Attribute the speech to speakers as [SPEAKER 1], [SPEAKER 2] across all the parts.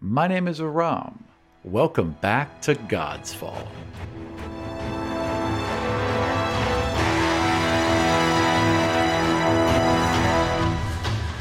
[SPEAKER 1] My name is Aram. Welcome back to God's Fall.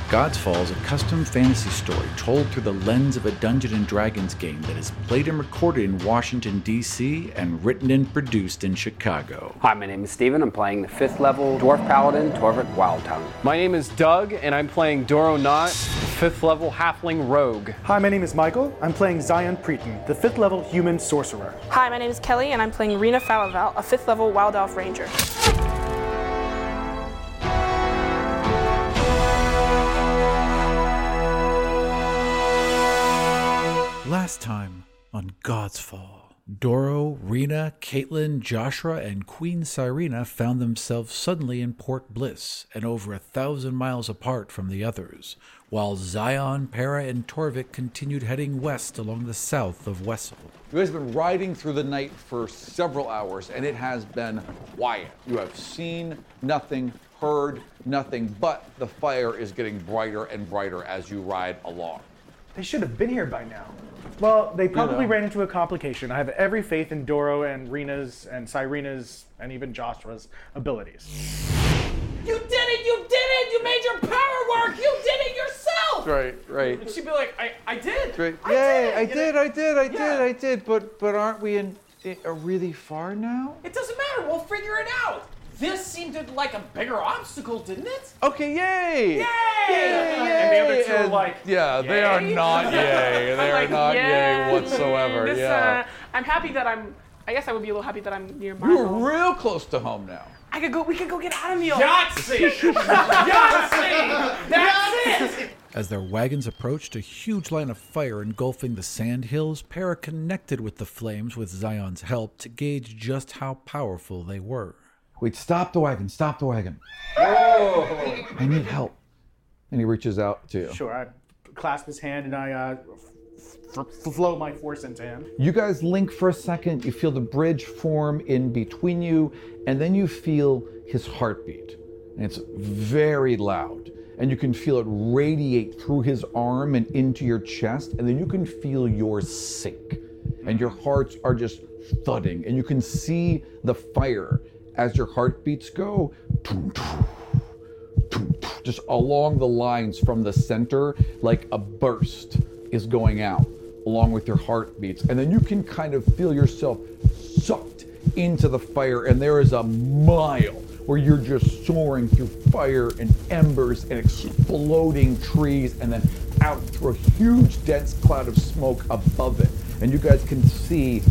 [SPEAKER 1] God's Fall is a custom fantasy story told through the lens of a Dungeons and Dragons game that is played and recorded in Washington, D.C., and written and produced in Chicago.
[SPEAKER 2] Hi, my name is Steven. I'm playing the fifth level Dwarf Paladin, Torvik Wildtongue.
[SPEAKER 3] My name is Doug, and I'm playing Doro Knot, fifth level halfling rogue.
[SPEAKER 4] Hi, my name is Michael. I'm playing Zion Preeton, the fifth level human sorcerer.
[SPEAKER 5] Hi, my name is Kelly, and I'm playing Rena Falaval, a fifth level Wild Elf Ranger.
[SPEAKER 1] Last time on God's Fall, Doro, Rena, Caitlin, Joshua, and Queen Cyrena found themselves suddenly in Port Bliss and over a thousand miles apart from the others, while Zion, Para, and Torvik continued heading west along the south of Wessel.
[SPEAKER 6] You guys have been riding through the night for several hours, and it has been quiet. You have seen nothing, heard nothing, but the fire is getting brighter and brighter as you ride along.
[SPEAKER 4] They should have been here by now. Well, they probably
[SPEAKER 6] know.
[SPEAKER 4] ran into a complication. I have every faith in Doro and Rena's and Cyrena's and even Joshua's abilities.
[SPEAKER 7] You did it! You did it! You made your power work! You did it yourself!
[SPEAKER 6] Right, right.
[SPEAKER 7] And she'd be like, I, I did!
[SPEAKER 6] Great.
[SPEAKER 7] I
[SPEAKER 6] Yay,
[SPEAKER 7] did!
[SPEAKER 6] I
[SPEAKER 7] you know?
[SPEAKER 6] did, I did, I did,
[SPEAKER 7] Yeah.
[SPEAKER 6] I did. But but aren't we in i- uh, really far now?
[SPEAKER 7] It doesn't matter, we'll figure it out! This seemed to- like a bigger obstacle, didn't it?
[SPEAKER 6] Okay, yay! Yay!
[SPEAKER 7] Yay!
[SPEAKER 4] the other two are like,
[SPEAKER 6] Yeah, they are not yay. They are not yay whatsoever.
[SPEAKER 5] This,
[SPEAKER 6] yeah.
[SPEAKER 5] uh, I'm happy that I'm. I guess I would be a little happy that I'm near
[SPEAKER 6] we We're
[SPEAKER 5] Marvel.
[SPEAKER 6] real close to home now.
[SPEAKER 5] I could go. We could go get Adamiel.
[SPEAKER 7] Yahtzee! Yahtzee! That's it!
[SPEAKER 1] As their wagons approached a huge line of fire engulfing the sand hills, Para connected with the flames with Zion's help to gauge just how powerful they were.
[SPEAKER 6] Wait, stop the wagon, stop the wagon. I need help. And he reaches out to you.
[SPEAKER 4] Sure, I clasp his hand and I uh, f- f- flow my force into him.
[SPEAKER 6] You guys link for a second, you feel the bridge form in between you, and then you feel his heartbeat. And it's very loud. And you can feel it radiate through his arm and into your chest, and then you can feel yours sink. And your hearts are just thudding, and you can see the fire as your heartbeats go. just along the lines from the center, like a burst is going out along with your heartbeats. And then you can kind of feel yourself sucked into the fire, and there is a mile where you're just soaring through fire and embers and exploding trees, and then out through a huge, dense cloud of smoke above it. And you guys can see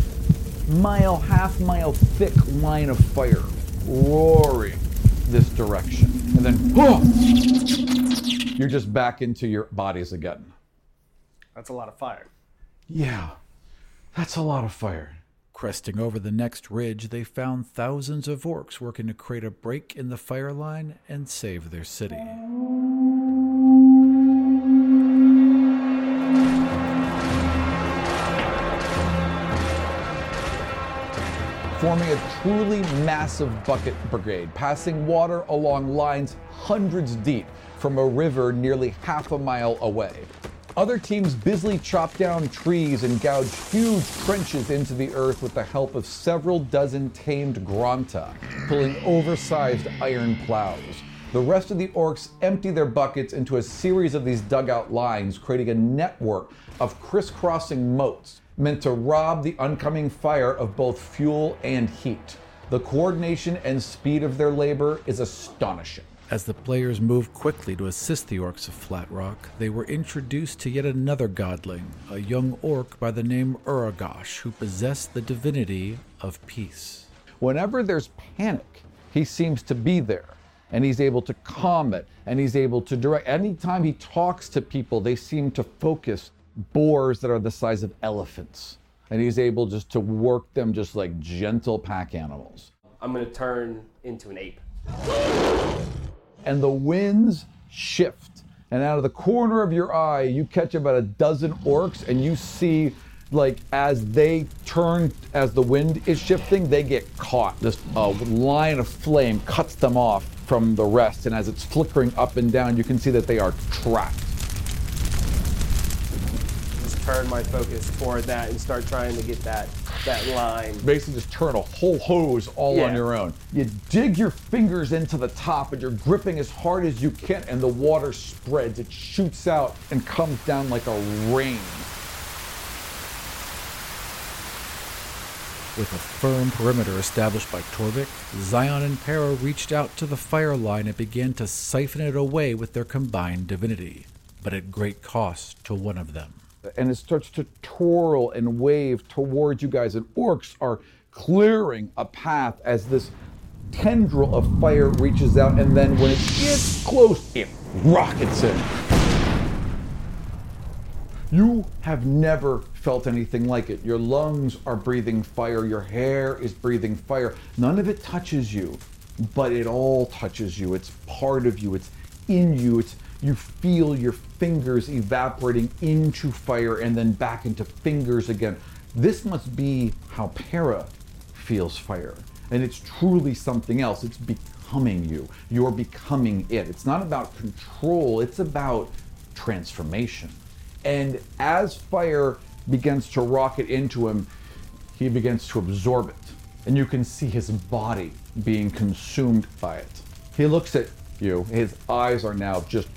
[SPEAKER 6] mile, half mile thick line of fire roaring this direction. And then you're just back into your bodies again.
[SPEAKER 4] That's a lot of fire.
[SPEAKER 6] Yeah, that's a lot of fire.
[SPEAKER 1] Cresting over the next ridge, they found thousands of orcs working to create a break in the fire line and save their city.
[SPEAKER 6] forming a truly massive bucket brigade, passing water along lines hundreds deep from a river nearly half a mile away. Other teams busily chop down trees and gouge huge trenches into the earth with the help of several dozen tamed Granta, pulling oversized iron plows. The rest of the orcs empty their buckets into a series of these dugout lines, creating a network of crisscrossing moats meant to rob the oncoming fire of both fuel and heat. The coordination and speed of their labor is astonishing.
[SPEAKER 1] As the players moved quickly to assist the orcs of Flat Rock, they were introduced to yet another godling, a young orc by the name Uragosh, who possessed the divinity of peace.
[SPEAKER 6] Whenever there's panic, he seems to be there and he's able to calm it and he's able to direct. Anytime he talks to people, they seem to focus boars that are the size of elephants. And he's able just to work them just like gentle pack animals.
[SPEAKER 8] I'm gonna turn into an ape.
[SPEAKER 6] and the winds shift. And out of the corner of your eye, you catch about a dozen orcs, and you see, like, as they turn, as the wind is shifting, they get caught. This uh, line of flame cuts them off from the rest, and as it's flickering up and down, you can see that they are trapped.
[SPEAKER 8] turn my focus toward that and start trying to get that that line.
[SPEAKER 6] basically just turn a whole hose all on
[SPEAKER 8] Yeah.
[SPEAKER 6] your own. You dig your fingers into the top and you're gripping as hard as you can, and the water spreads. It shoots out and comes down like a rain.
[SPEAKER 1] With a firm perimeter established by Torvik, Zion and Para reached out to the fire line and began to siphon it away with their combined divinity, but at great cost to one of them.
[SPEAKER 6] And it starts to twirl and wave towards you guys, and orcs are clearing a path as this tendril of fire reaches out, and then when it gets close, it rockets in. You have never felt anything like it. Your lungs are breathing fire, your hair is breathing fire. None of it touches you, but it all touches you. It's part of you, it's in you. It's you feel your fingers evaporating into fire and then back into fingers again. This must be how para feels fire. And it's truly something else. It's becoming you. You're becoming it. It's not about control, it's about transformation. And as fire begins to rocket into him, he begins to absorb it. And you can see his body being consumed by it. He looks at you, his eyes are now just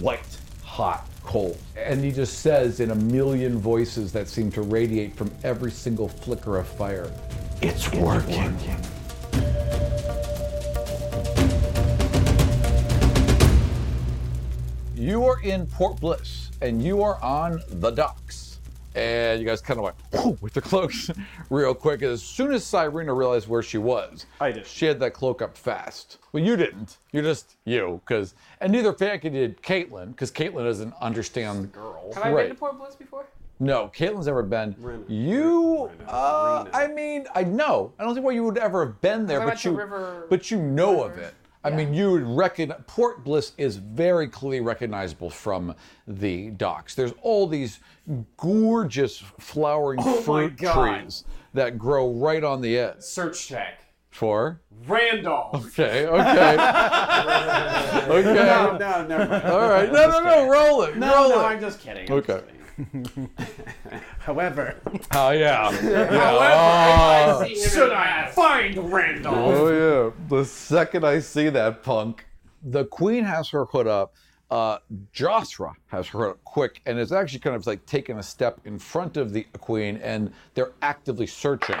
[SPEAKER 6] white, hot, cold. And he just says in a million voices that seem to radiate from every single flicker of fire, It's working. You are in Port Bliss and you are on the docks. And you guys kind of went "Whoa," with the cloaks real quick. As soon as Cyrena realized where she was,
[SPEAKER 4] I did.
[SPEAKER 6] She had that cloak up fast. Well, you didn't. You're just you, because and neither Fanky did Caitlin, because Caitlin doesn't understand. girl,
[SPEAKER 5] Have I been to Port Bliss before?
[SPEAKER 6] no, Caitlin's never been. You, uh, I mean, I know. I don't see why you would ever have been there,
[SPEAKER 5] I
[SPEAKER 6] but
[SPEAKER 5] went to
[SPEAKER 6] you,
[SPEAKER 5] River-
[SPEAKER 6] but you know of
[SPEAKER 5] River.
[SPEAKER 6] it. I mean, you would recognize Port Bliss is very clearly recognizable from the docks. There's all these gorgeous flowering fruit
[SPEAKER 8] God.
[SPEAKER 6] trees that grow right on the edge.
[SPEAKER 8] Search check.
[SPEAKER 6] For
[SPEAKER 8] Randolph.
[SPEAKER 6] okay, okay, okay.
[SPEAKER 8] no, never mind.
[SPEAKER 6] Oh, all right, no, no, no, roll it, roll it.
[SPEAKER 8] I'm just kidding. I'm just
[SPEAKER 6] Okay.
[SPEAKER 8] kidding.
[SPEAKER 4] However,
[SPEAKER 6] Oh yeah. Ah.
[SPEAKER 8] Should I find Randolph?
[SPEAKER 6] Oh yeah. The second I see that punk. The queen has her hood up. Uh, Josra has her hood up quick and is actually kind of like taking a step in front of the queen, and they're actively searching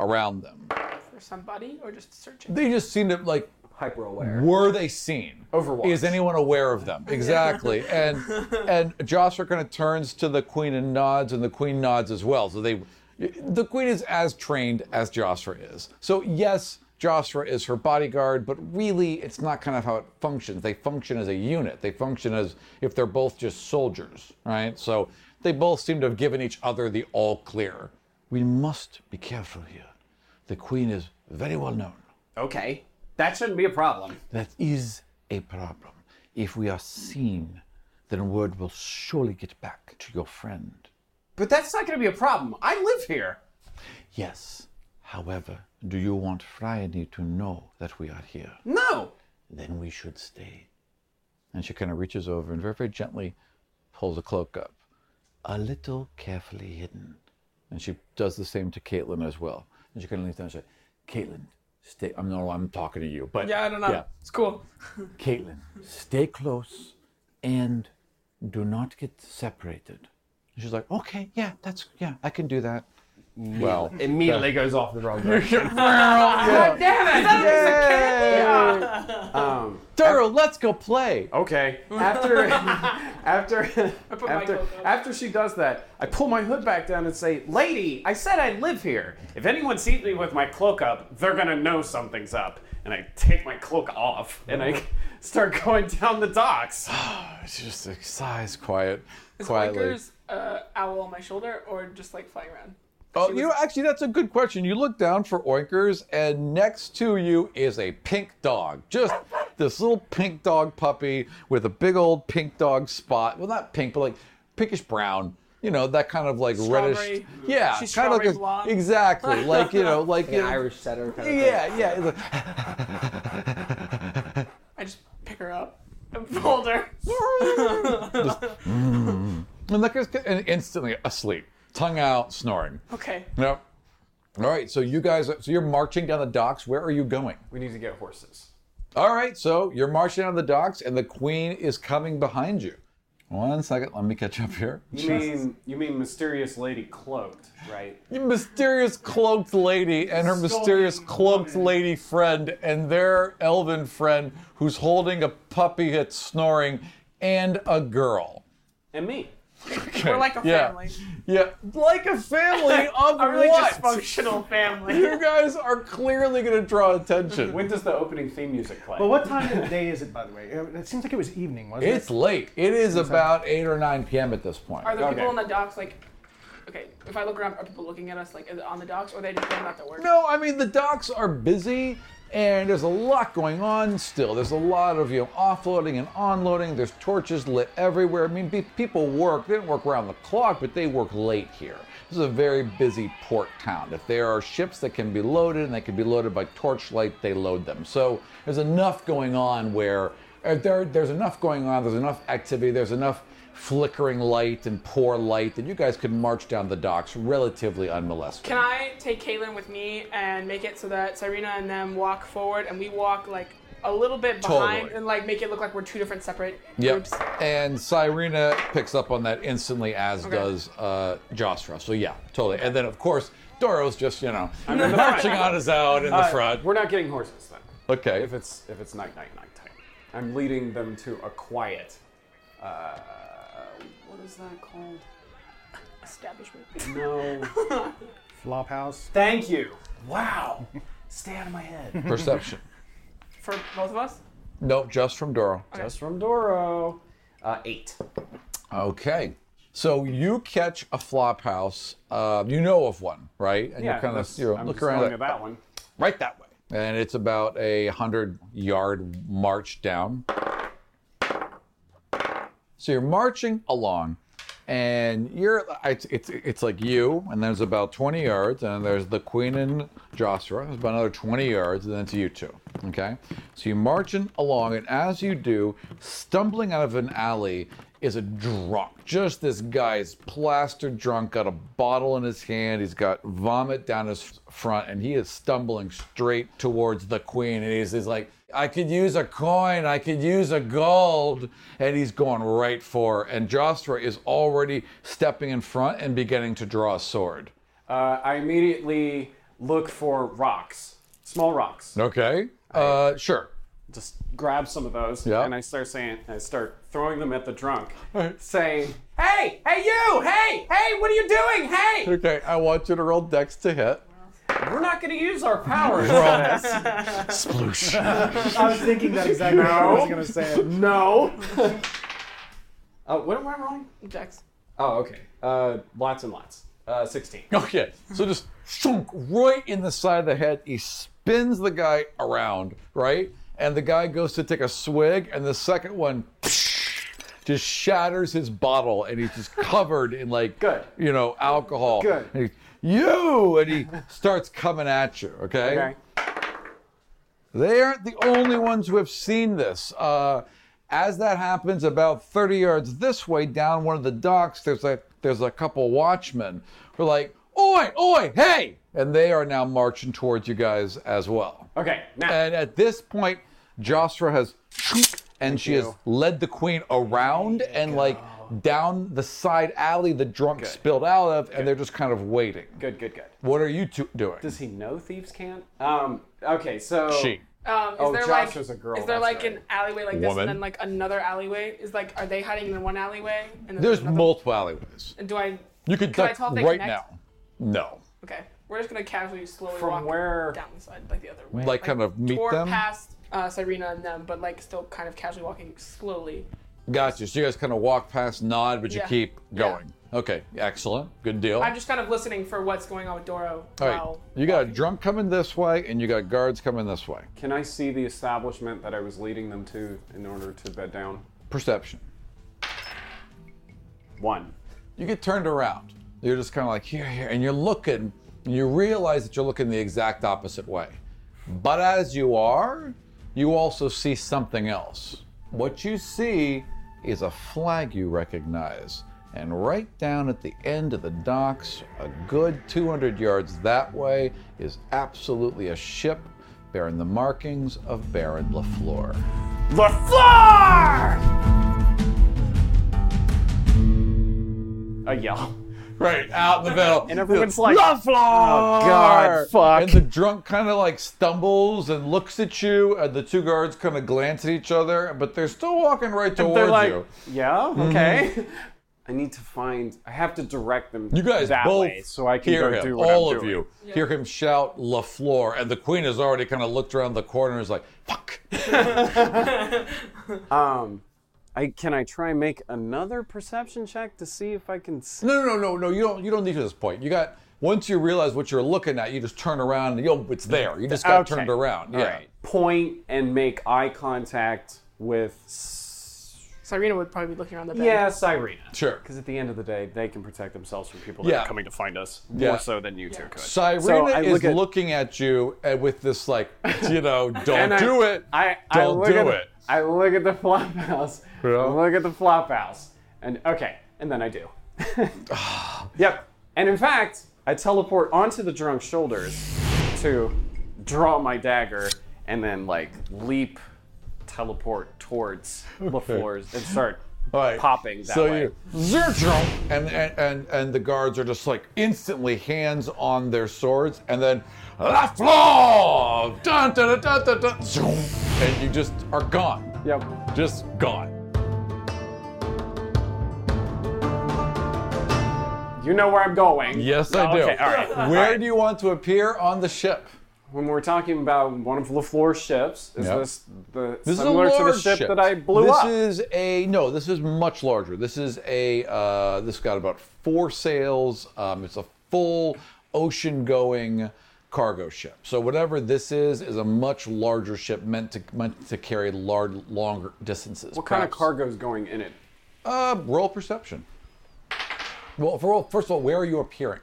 [SPEAKER 6] around them.
[SPEAKER 5] For somebody or just searching?
[SPEAKER 6] They just seem to like
[SPEAKER 8] Hyper aware.
[SPEAKER 6] were they seen?
[SPEAKER 8] Overwatch.
[SPEAKER 6] Is anyone aware of them? Exactly. and and Joshua kind of turns to the queen and nods, and the queen nods as well. So they, the queen is as trained as Joshua is. So yes, Joshua is her bodyguard, but really it's not kind of how it functions. They function as a unit. They function as if they're both just soldiers, right? So they both seem to have given each other the all clear. We must be careful here. The queen is very well known.
[SPEAKER 8] Okay. That shouldn't be a problem.
[SPEAKER 6] That is a problem. If we are seen, then word will surely get back to your friend.
[SPEAKER 8] But that's not going to be a problem. I live here.
[SPEAKER 6] Yes. However, do you want Friday to know that we are here?
[SPEAKER 8] No.
[SPEAKER 6] Then we should stay. And she kind of reaches over and very, very gently pulls a cloak up, a little carefully hidden. And she does the same to Caitlin as well. And she kind of leans down and says, Caitlin, stay. I'm no, I'm talking to you, but
[SPEAKER 5] Yeah, I don't know.
[SPEAKER 6] Yeah.
[SPEAKER 5] It's cool.
[SPEAKER 6] Caitlin, stay close and do not get separated. And she's like, okay, yeah, that's, yeah, I can do that. Well,
[SPEAKER 8] Immediately goes off the wrong direction. um,
[SPEAKER 6] Daryl, let's go play.
[SPEAKER 8] okay. After, after,
[SPEAKER 5] put my
[SPEAKER 8] after,
[SPEAKER 5] cloak up.
[SPEAKER 8] after she does that, I pull my hood back down and say, "Lady, I said I live here. If anyone sees me with my cloak up, they're gonna know something's up." And I take my cloak off and I start going down the docks.
[SPEAKER 6] She just like, sighs quiet,
[SPEAKER 5] Is
[SPEAKER 6] quietly.
[SPEAKER 5] Blinker's uh, owl on my shoulder or just like flying around?
[SPEAKER 6] Oh, you actually, that's a good question. You look down for oinkers, and next to you is a pink dog. Just this little pink dog puppy with a big old pink dog spot. Well, not pink, but like pinkish brown. You know, that kind of like reddish.
[SPEAKER 5] Strawberry-
[SPEAKER 6] Yeah,
[SPEAKER 5] she's
[SPEAKER 6] kind of
[SPEAKER 5] strawberry
[SPEAKER 6] like a-
[SPEAKER 5] blonde.
[SPEAKER 6] Exactly. Like, you know, like. you know,
[SPEAKER 8] Irish setter kind
[SPEAKER 6] Yeah, yeah. It's like,
[SPEAKER 5] I just pick her up and fold her.
[SPEAKER 6] And Liquor's and instantly asleep, tongue out, snoring.
[SPEAKER 5] Okay.
[SPEAKER 6] Yep. All right, so you guys, so you're marching down the docks. Where are you going?
[SPEAKER 8] We need to get horses.
[SPEAKER 6] All right, so you're marching down the docks, and the queen is coming behind you. One second, let me catch up here.
[SPEAKER 8] You mean you mean mysterious lady cloaked, right?
[SPEAKER 6] You mysterious cloaked lady and her mysterious cloaked lady friend and their elven friend who's holding a puppy that's snoring and a girl.
[SPEAKER 8] And me.
[SPEAKER 6] Okay,
[SPEAKER 5] We're like a
[SPEAKER 6] yeah.
[SPEAKER 5] family.
[SPEAKER 6] Yeah, like a family of
[SPEAKER 8] A really
[SPEAKER 6] what?
[SPEAKER 8] dysfunctional family.
[SPEAKER 6] You guys are clearly going to draw attention.
[SPEAKER 8] when does the opening theme music play?
[SPEAKER 4] But what time of the day is it, by the way? It it seems like it was evening, wasn't
[SPEAKER 6] It's
[SPEAKER 4] it?
[SPEAKER 6] late. It is about 8 or 9 p.m. at this point.
[SPEAKER 5] Are the people
[SPEAKER 8] Okay.
[SPEAKER 5] on the docks like? Okay, if I look around, are people looking at us like is it on the docks, or are they just going out to work?
[SPEAKER 6] No, I mean the docks are busy and there's a lot going on still. There's a lot of you know offloading and onloading. There's torches lit everywhere. I mean pe- people work. They don't work around the clock, but they work late here. This is a very busy port town. If there are ships that can be loaded and they can be loaded by torchlight, they load them. So there's enough going on where uh, there, there's enough going on. There's enough activity. There's enough flickering light and poor light that you guys could march down the docks relatively unmolested.
[SPEAKER 5] Can I take Caitlin with me and make it so that Serena and them walk forward and we walk like a little bit behind
[SPEAKER 6] Totally.
[SPEAKER 5] and like make it look like we're two different separate
[SPEAKER 6] Yep.
[SPEAKER 5] groups?
[SPEAKER 6] And Cyrena picks up on that instantly, as
[SPEAKER 5] Okay.
[SPEAKER 6] does uh, Josra. So yeah, totally. And then of course Doro's just you know marching on his out in the front.
[SPEAKER 8] We're not getting horses then.
[SPEAKER 6] Okay.
[SPEAKER 8] If it's if it's night night night time. I'm leading them to a quiet uh what is that called?
[SPEAKER 5] Establishment.
[SPEAKER 8] No.
[SPEAKER 4] Flophouse.
[SPEAKER 8] Thank you. Wow. Stay out of my head.
[SPEAKER 6] Perception.
[SPEAKER 5] For both of us?
[SPEAKER 6] nope, just from Doro.
[SPEAKER 8] Just from Doro. Uh, eight.
[SPEAKER 6] Okay. So you catch a flop house. Uh, you know of one, right? And you kind of
[SPEAKER 8] that's-
[SPEAKER 6] you know,
[SPEAKER 8] I'm
[SPEAKER 6] look
[SPEAKER 8] just
[SPEAKER 6] around.
[SPEAKER 8] going
[SPEAKER 6] at-
[SPEAKER 8] to that one.
[SPEAKER 6] Right that way. And it's about a hundred yard march down. So you're marching along, and you're it's, it's it's like you, and there's about 20 yards, and there's the queen and Joshua. There's about another 20 yards, and then it's you two. Okay, so you're marching along, and as you do, stumbling out of an alley is a drunk. Just this guy's plastered drunk, got a bottle in his hand, he's got vomit down his front, and he is stumbling straight towards the queen, and he's, he's like. I could use a coin. I could use a gold. And he's going right for. her. And Jostra is already stepping in front and beginning to draw a sword.
[SPEAKER 8] Uh, I immediately look for rocks, small rocks.
[SPEAKER 6] Okay. Uh, sure.
[SPEAKER 8] Just grab some of those,
[SPEAKER 6] Yeah.
[SPEAKER 8] and I start saying, I start throwing them at the drunk, saying, "Hey, hey, you! Hey, hey, what are you doing? Hey,
[SPEAKER 6] Okay. I want you to roll dex to hit.
[SPEAKER 8] we're not going to use our powers." for this."
[SPEAKER 4] I was thinking that exactly what I was going to say.
[SPEAKER 8] no. uh, what am I wrong?
[SPEAKER 5] Dex.
[SPEAKER 8] Oh, okay. Uh, lots and lots. Uh, Sixteen.
[SPEAKER 6] Okay. So just shunk right in the side of the head. He spins the guy around, right? And the guy goes to take a swig, and the second one just shatters his bottle, and he's just covered in like,
[SPEAKER 8] Good.
[SPEAKER 6] you know, alcohol.
[SPEAKER 8] Good.
[SPEAKER 6] And he, you and he starts coming at you. Okay.
[SPEAKER 8] Okay.
[SPEAKER 6] They aren't the only ones who have seen this. Uh, as that happens, about 30 yards this way, down one of the docks, there's a there's a couple watchmen who are like, "Oi, oi, hey!" And they are now marching towards you guys as well.
[SPEAKER 8] Okay. Now.
[SPEAKER 6] And at this point, Josra has and she has led the queen around and like down the side alley the drunk spilled out of, and they're just kind of waiting.
[SPEAKER 8] good. Good. Good.
[SPEAKER 6] What are you two doing?
[SPEAKER 8] Does he know thieves can't? Um. Okay. So.
[SPEAKER 6] she.
[SPEAKER 5] Um, is
[SPEAKER 8] Oh,
[SPEAKER 5] there
[SPEAKER 8] Josh
[SPEAKER 5] like
[SPEAKER 8] is a girl,
[SPEAKER 5] is there
[SPEAKER 8] that's
[SPEAKER 5] like
[SPEAKER 8] right.
[SPEAKER 5] an alleyway like this
[SPEAKER 6] Woman.
[SPEAKER 5] and then like another alleyway? Is like are they hiding in one alleyway? And then
[SPEAKER 6] There's
[SPEAKER 5] another-
[SPEAKER 6] multiple alleyways.
[SPEAKER 5] Do I?
[SPEAKER 6] You could
[SPEAKER 5] Can I
[SPEAKER 6] duck
[SPEAKER 5] tell if they
[SPEAKER 6] right
[SPEAKER 5] connect?
[SPEAKER 6] now. No.
[SPEAKER 5] Okay, we're just gonna casually slowly
[SPEAKER 8] From
[SPEAKER 5] walk
[SPEAKER 8] where-
[SPEAKER 5] down the side, like the other way,
[SPEAKER 6] Like, kind of meet
[SPEAKER 5] toward
[SPEAKER 6] them?
[SPEAKER 5] past uh, Serena and them, but like still kind of casually walking slowly.
[SPEAKER 6] Gotcha. So you guys kind of walk past, nod, but you
[SPEAKER 5] Yeah.
[SPEAKER 6] keep
[SPEAKER 5] Yeah.
[SPEAKER 6] going. Okay. Excellent. Good deal.
[SPEAKER 5] I'm just kind of listening for what's going on with Doro.
[SPEAKER 6] All right.
[SPEAKER 5] while-
[SPEAKER 6] You got a drunk coming this way, and you got guards coming this way.
[SPEAKER 8] Can I see the establishment that I was leading them to in order to bed down?
[SPEAKER 6] Perception.
[SPEAKER 8] One.
[SPEAKER 6] You get turned around. You're just kind of like here, here, and you're looking, and you realize that you're looking the exact opposite way. But as you are, you also see something else. What you see is a flag you recognize. And right down at the end of the docks, a good 200 yards that way, is absolutely a ship bearing the markings of Baron LaFleur.
[SPEAKER 8] LaFleur! A yell.
[SPEAKER 6] Right out in the middle.
[SPEAKER 8] And everyone's like, "Oh,
[SPEAKER 6] LaFleur!
[SPEAKER 8] God, fuck.
[SPEAKER 6] And the drunk kind of like stumbles and looks at you, and the two guards kind of glance at each other, but they're still walking right towards
[SPEAKER 8] They're like,
[SPEAKER 6] you.
[SPEAKER 8] yeah,
[SPEAKER 6] Mm-hmm.
[SPEAKER 8] okay. I need to find. I have to direct them.
[SPEAKER 6] You guys
[SPEAKER 8] that
[SPEAKER 6] both
[SPEAKER 8] way, so I can
[SPEAKER 6] hear
[SPEAKER 8] go
[SPEAKER 6] him,
[SPEAKER 8] do what
[SPEAKER 6] all
[SPEAKER 8] I'm
[SPEAKER 6] of
[SPEAKER 8] doing.
[SPEAKER 6] you hear him shout LaFleur, and the queen has already kind of looked around the corner and is like, fuck.
[SPEAKER 8] Um, I can I try and make another perception check to see if I can. See?
[SPEAKER 6] No, no, no, no, no. You don't. You don't need to at this point. You got. Once you realize what you're looking at, you just turn around and yo, it's there. You just got
[SPEAKER 8] Okay.
[SPEAKER 6] turned around.
[SPEAKER 8] All
[SPEAKER 6] yeah.
[SPEAKER 8] right. Point and make eye contact with. s-
[SPEAKER 5] Cyrena would probably be looking around the bed.
[SPEAKER 8] Yeah, Cyrena.
[SPEAKER 6] Sure.
[SPEAKER 8] Because at the end of the day, they can protect themselves from people that
[SPEAKER 6] Yeah.
[SPEAKER 8] are coming to find us
[SPEAKER 6] Yeah.
[SPEAKER 8] more so than you two could.
[SPEAKER 6] Cyrena
[SPEAKER 8] So I
[SPEAKER 6] is
[SPEAKER 8] look at-
[SPEAKER 6] looking at you and with this like, you know, don't
[SPEAKER 8] And I-
[SPEAKER 6] do it.
[SPEAKER 8] I, I
[SPEAKER 6] don't
[SPEAKER 8] look
[SPEAKER 6] do
[SPEAKER 8] at,
[SPEAKER 6] it.
[SPEAKER 8] I look at the flop house.
[SPEAKER 6] Yeah.
[SPEAKER 8] I look at the flop house. And okay, and then I do. yep. And in fact, I teleport onto the drunk's shoulders to draw my dagger and then like leap, teleport towards the floors and start
[SPEAKER 6] All right.
[SPEAKER 8] popping that
[SPEAKER 6] so
[SPEAKER 8] way.
[SPEAKER 6] you zertrump, and, and and and the guards are just like instantly hands on their swords, and then la floor, dun, dun, dun, dun, dun, dun, zoom, and you just are gone,
[SPEAKER 8] Yep.
[SPEAKER 6] just gone.
[SPEAKER 8] You know where I'm going.
[SPEAKER 6] Yes, I
[SPEAKER 8] Oh,
[SPEAKER 6] do.
[SPEAKER 8] Okay, all right. All
[SPEAKER 6] Where
[SPEAKER 8] right.
[SPEAKER 6] do you want to appear on the ship?
[SPEAKER 8] when we're talking about one of LaFleur's ships, is
[SPEAKER 6] Yep.
[SPEAKER 8] this the
[SPEAKER 6] This
[SPEAKER 8] similar
[SPEAKER 6] is a
[SPEAKER 8] to
[SPEAKER 6] large
[SPEAKER 8] the ship, that I blew
[SPEAKER 6] this
[SPEAKER 8] up?
[SPEAKER 6] This is a no. This is much larger. This is a uh, this got about four sails. Um, it's a full ocean-going cargo ship. So whatever this is is a much larger ship meant to meant to carry large longer distances.
[SPEAKER 8] What kind of
[SPEAKER 6] Perhaps-
[SPEAKER 8] cargo is going in it?
[SPEAKER 6] Uh, roll perception. Well, for, first of all, where are you appearing?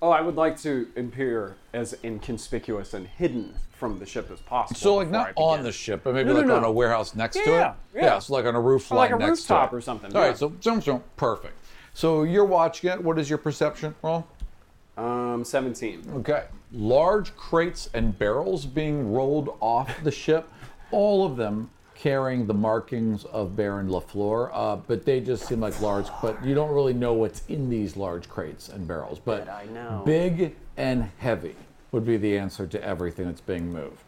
[SPEAKER 8] Oh, I would like to appear as inconspicuous and hidden from the ship as possible.
[SPEAKER 6] So like
[SPEAKER 8] before
[SPEAKER 6] not
[SPEAKER 8] I begin.
[SPEAKER 6] on the ship, but maybe
[SPEAKER 8] No, no,
[SPEAKER 6] like
[SPEAKER 8] no.
[SPEAKER 6] on a warehouse next to it.
[SPEAKER 8] Yeah, yeah.
[SPEAKER 6] so like on a roof
[SPEAKER 8] Or like
[SPEAKER 6] line
[SPEAKER 8] a
[SPEAKER 6] next
[SPEAKER 8] rooftop
[SPEAKER 6] to it.
[SPEAKER 8] or something,
[SPEAKER 6] All right,
[SPEAKER 8] yeah.
[SPEAKER 6] so zoom, zoom, perfect. So you're watching it. What is your perception? Well,
[SPEAKER 8] Um, 17.
[SPEAKER 6] okay. Large crates and barrels being rolled off the ship, all of them carrying the markings of Baron Lafleur, uh, but they just seem like large. But you don't really know what's in these large crates and barrels. But
[SPEAKER 8] I know.
[SPEAKER 6] big and heavy would be the answer to everything that's being moved.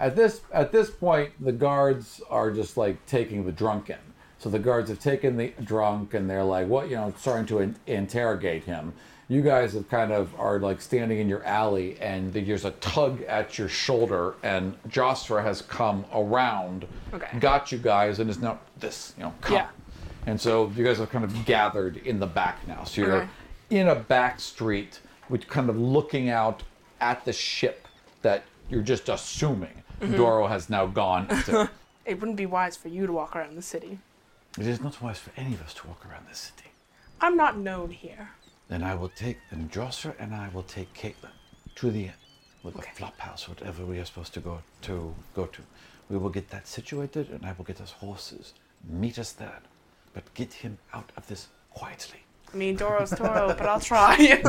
[SPEAKER 6] At this at this point, the guards are just like taking the drunken. So the guards have taken the drunk, and they're like, "What?" You know, starting to in- interrogate him. You guys have kind of are like standing in your alley, and there's a tug at your shoulder, and Jostra has come around,
[SPEAKER 5] Okay.
[SPEAKER 6] got you guys, and is now this, you know, come.
[SPEAKER 5] Yeah.
[SPEAKER 6] And so you guys are kind of gathered in the back now. So you're
[SPEAKER 5] Okay.
[SPEAKER 6] in a back street, which kind of looking out at the ship that you're just assuming
[SPEAKER 5] Mm-hmm.
[SPEAKER 6] Doro has now gone to.
[SPEAKER 5] It wouldn't be wise for you to walk around the city.
[SPEAKER 1] It is not wise for any of us to walk around this city.
[SPEAKER 5] I'm not known here.
[SPEAKER 1] Then I will take, then Jossra and I will take Caitlin to the inn with the flop house, whatever we are supposed to go to go to. We will get that situated, and I will get us horses. Meet us there, but get him out of this quietly.
[SPEAKER 5] I mean, Doro's Toro, but I'll try.
[SPEAKER 6] yeah,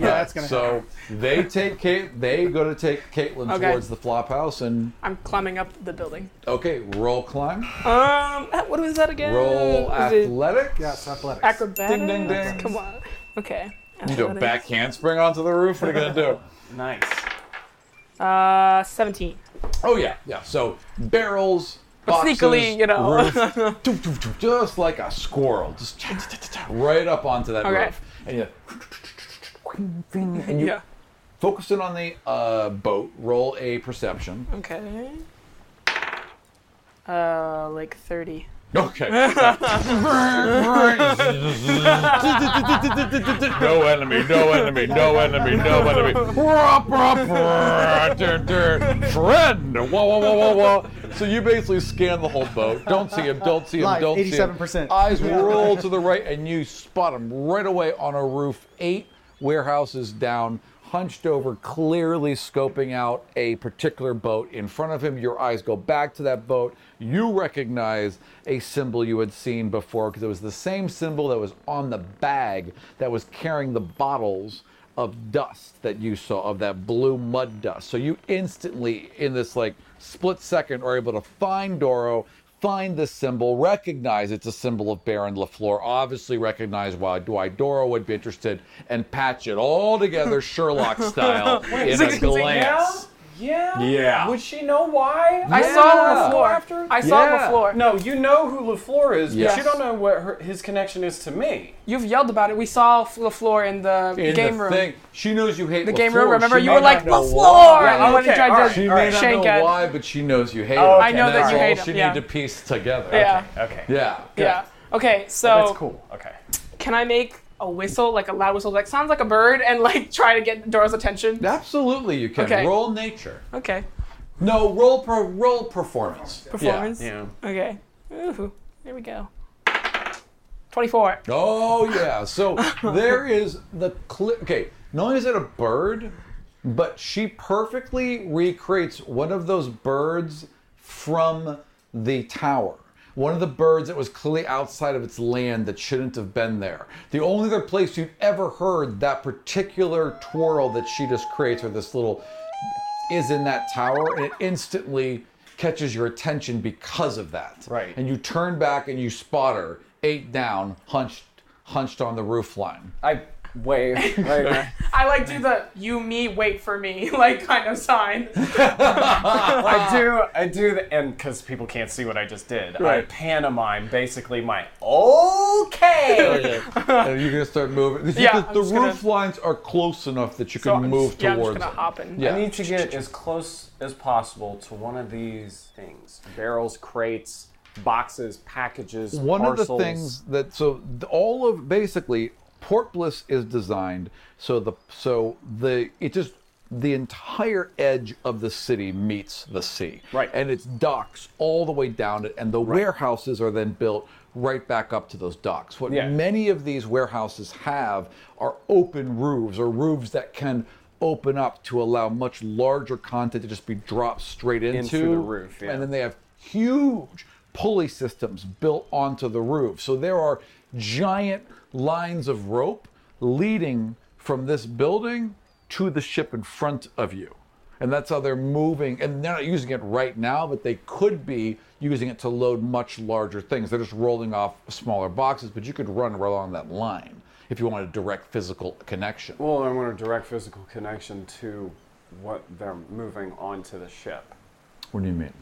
[SPEAKER 6] that's gonna so they take Kate. They go to take Caitlin
[SPEAKER 5] Okay.
[SPEAKER 6] towards the flop house, and
[SPEAKER 5] I'm climbing up the building.
[SPEAKER 6] okay, roll climb,
[SPEAKER 5] Um, what was that again?
[SPEAKER 6] roll
[SPEAKER 5] Is it
[SPEAKER 6] athletic.
[SPEAKER 4] Yes, athletics.
[SPEAKER 5] acrobatics?
[SPEAKER 6] Ding, ding, ding.
[SPEAKER 5] Come on. Okay.
[SPEAKER 6] You do a back handspring onto the roof. What are you gonna do?
[SPEAKER 8] Nice.
[SPEAKER 5] Uh, 17.
[SPEAKER 6] Oh yeah, yeah. So barrels, boxes,
[SPEAKER 5] sneakily, you know.
[SPEAKER 6] roof, doo, doo, doo, just like a squirrel, just cha- cha- cha- cha- right up onto that
[SPEAKER 5] Okay.
[SPEAKER 6] roof, and you, and you
[SPEAKER 5] Yeah.
[SPEAKER 6] focus in on the uh, boat. Roll a perception.
[SPEAKER 5] Okay. Uh, like 30.
[SPEAKER 6] Okay. no enemy, no enemy, no enemy, no enemy. Rup, rup, rup, dur, dur. Friend! Whoa, whoa, whoa, whoa, whoa. So you basically scan the whole boat. Don't see him, don't see him,
[SPEAKER 4] Live,
[SPEAKER 6] don't see him.
[SPEAKER 4] 87%.
[SPEAKER 6] Eyes roll to the right, and you spot him right away on a roof, eight warehouses down, hunched over, clearly scoping out a particular boat in front of him. Your eyes go back to that boat. You recognize a symbol you had seen before because it was the same symbol that was on the bag that was carrying the bottles of dust that you saw of that blue mud dust. So you instantly, in this like split second, are able to find Doro, find this symbol, recognize it's a symbol of Baron Lafleur. Obviously, recognize why why Doro would be interested, and patch it all together Sherlock style in a glance.
[SPEAKER 8] Oh, Yeah.
[SPEAKER 6] Yeah.
[SPEAKER 8] Would she know why?
[SPEAKER 5] I saw
[SPEAKER 6] Yeah.
[SPEAKER 5] LaFleur.
[SPEAKER 8] After?
[SPEAKER 5] I saw
[SPEAKER 6] Yeah.
[SPEAKER 5] LaFleur.
[SPEAKER 8] No, you know who LaFleur is,
[SPEAKER 6] Yes.
[SPEAKER 8] but you don't know what her, his connection is to me.
[SPEAKER 5] You've yelled about it. We saw LaFleur in the
[SPEAKER 6] In
[SPEAKER 5] game
[SPEAKER 6] the
[SPEAKER 5] room.
[SPEAKER 6] thing, she knows you hate
[SPEAKER 5] The game
[SPEAKER 6] LaFleur.
[SPEAKER 5] room, remember?
[SPEAKER 6] She
[SPEAKER 5] You
[SPEAKER 6] may
[SPEAKER 5] were
[SPEAKER 6] not
[SPEAKER 5] like,
[SPEAKER 6] know
[SPEAKER 5] LaFleur!
[SPEAKER 6] why.
[SPEAKER 5] and you
[SPEAKER 8] Yeah,
[SPEAKER 5] wanted to
[SPEAKER 8] okay,
[SPEAKER 5] try to
[SPEAKER 8] all right,
[SPEAKER 6] She may not
[SPEAKER 5] shake
[SPEAKER 6] know
[SPEAKER 5] at-
[SPEAKER 6] why, but she knows you hate
[SPEAKER 8] Oh,
[SPEAKER 6] him.
[SPEAKER 8] I know
[SPEAKER 6] and
[SPEAKER 8] that
[SPEAKER 6] that's
[SPEAKER 8] you
[SPEAKER 6] all
[SPEAKER 5] hate him,
[SPEAKER 6] she
[SPEAKER 5] yeah.
[SPEAKER 6] need to piece together.
[SPEAKER 5] Yeah.
[SPEAKER 8] Okay.
[SPEAKER 6] Yeah.
[SPEAKER 5] Yeah. Okay, so
[SPEAKER 8] That's cool. Okay.
[SPEAKER 5] can I make a whistle, like a loud whistle, like sounds like a bird, and like try to get Dora's attention?
[SPEAKER 6] Absolutely, you can
[SPEAKER 5] Okay.
[SPEAKER 6] roll nature.
[SPEAKER 5] Okay.
[SPEAKER 6] No, roll per roll performance.
[SPEAKER 5] Performance.
[SPEAKER 8] Yeah.
[SPEAKER 5] Okay. Ooh, there we go. 24.
[SPEAKER 6] Oh yeah. So there is the cli Okay, not only is it a bird, but she perfectly recreates one of those birds from the tower. One of the birds that was clearly outside of its land that shouldn't have been there. The only other place you've ever heard that particular twirl that she just creates, or this little, is in that tower, and it instantly catches your attention because of that.
[SPEAKER 8] Right.
[SPEAKER 6] And you turn back and you spot her eight down, hunched, hunched on the roof line.
[SPEAKER 8] I wave. Like,
[SPEAKER 5] I like do the you, me, wait for me, like kind of sign.
[SPEAKER 8] I do. I do. The, and because people can't see what I just did, I
[SPEAKER 6] Right.
[SPEAKER 8] pantomime basically my okay.
[SPEAKER 6] and you're gonna start moving. It's
[SPEAKER 5] Yeah,
[SPEAKER 6] because
[SPEAKER 5] I'm
[SPEAKER 6] the
[SPEAKER 5] just gonna-
[SPEAKER 6] roof lines are close enough that you
[SPEAKER 5] So
[SPEAKER 6] can
[SPEAKER 5] I'm
[SPEAKER 6] move
[SPEAKER 5] just, yeah, I'm just
[SPEAKER 6] towards
[SPEAKER 5] gonna
[SPEAKER 6] it.
[SPEAKER 5] hop and-
[SPEAKER 6] Yeah.
[SPEAKER 8] I need to get as close as possible to one of these things: barrels, crates, boxes, packages.
[SPEAKER 6] one of
[SPEAKER 8] parcels.
[SPEAKER 6] the things that so th- all of basically Port Bliss is designed so the so the it just the entire edge of the city meets the sea
[SPEAKER 8] Right.
[SPEAKER 6] and it's docks all the way down it and the warehouses are then built right back up to those docks what
[SPEAKER 8] Yeah.
[SPEAKER 6] many of these warehouses have are open roofs or roofs that can open up to allow much larger content to just be dropped straight into,
[SPEAKER 8] Into the roof, yeah.
[SPEAKER 6] and then they have huge pulley systems built onto the roof. So there are giant lines of rope leading from this building to the ship in front of you. And that's how they're moving. And they're not using it right now, but they could be using it to load much larger things. They're just rolling off smaller boxes, but you could run right along that line if you wanted a direct physical connection.
[SPEAKER 8] Well, I want a direct physical connection to what they're moving onto the ship.
[SPEAKER 6] What do you mean?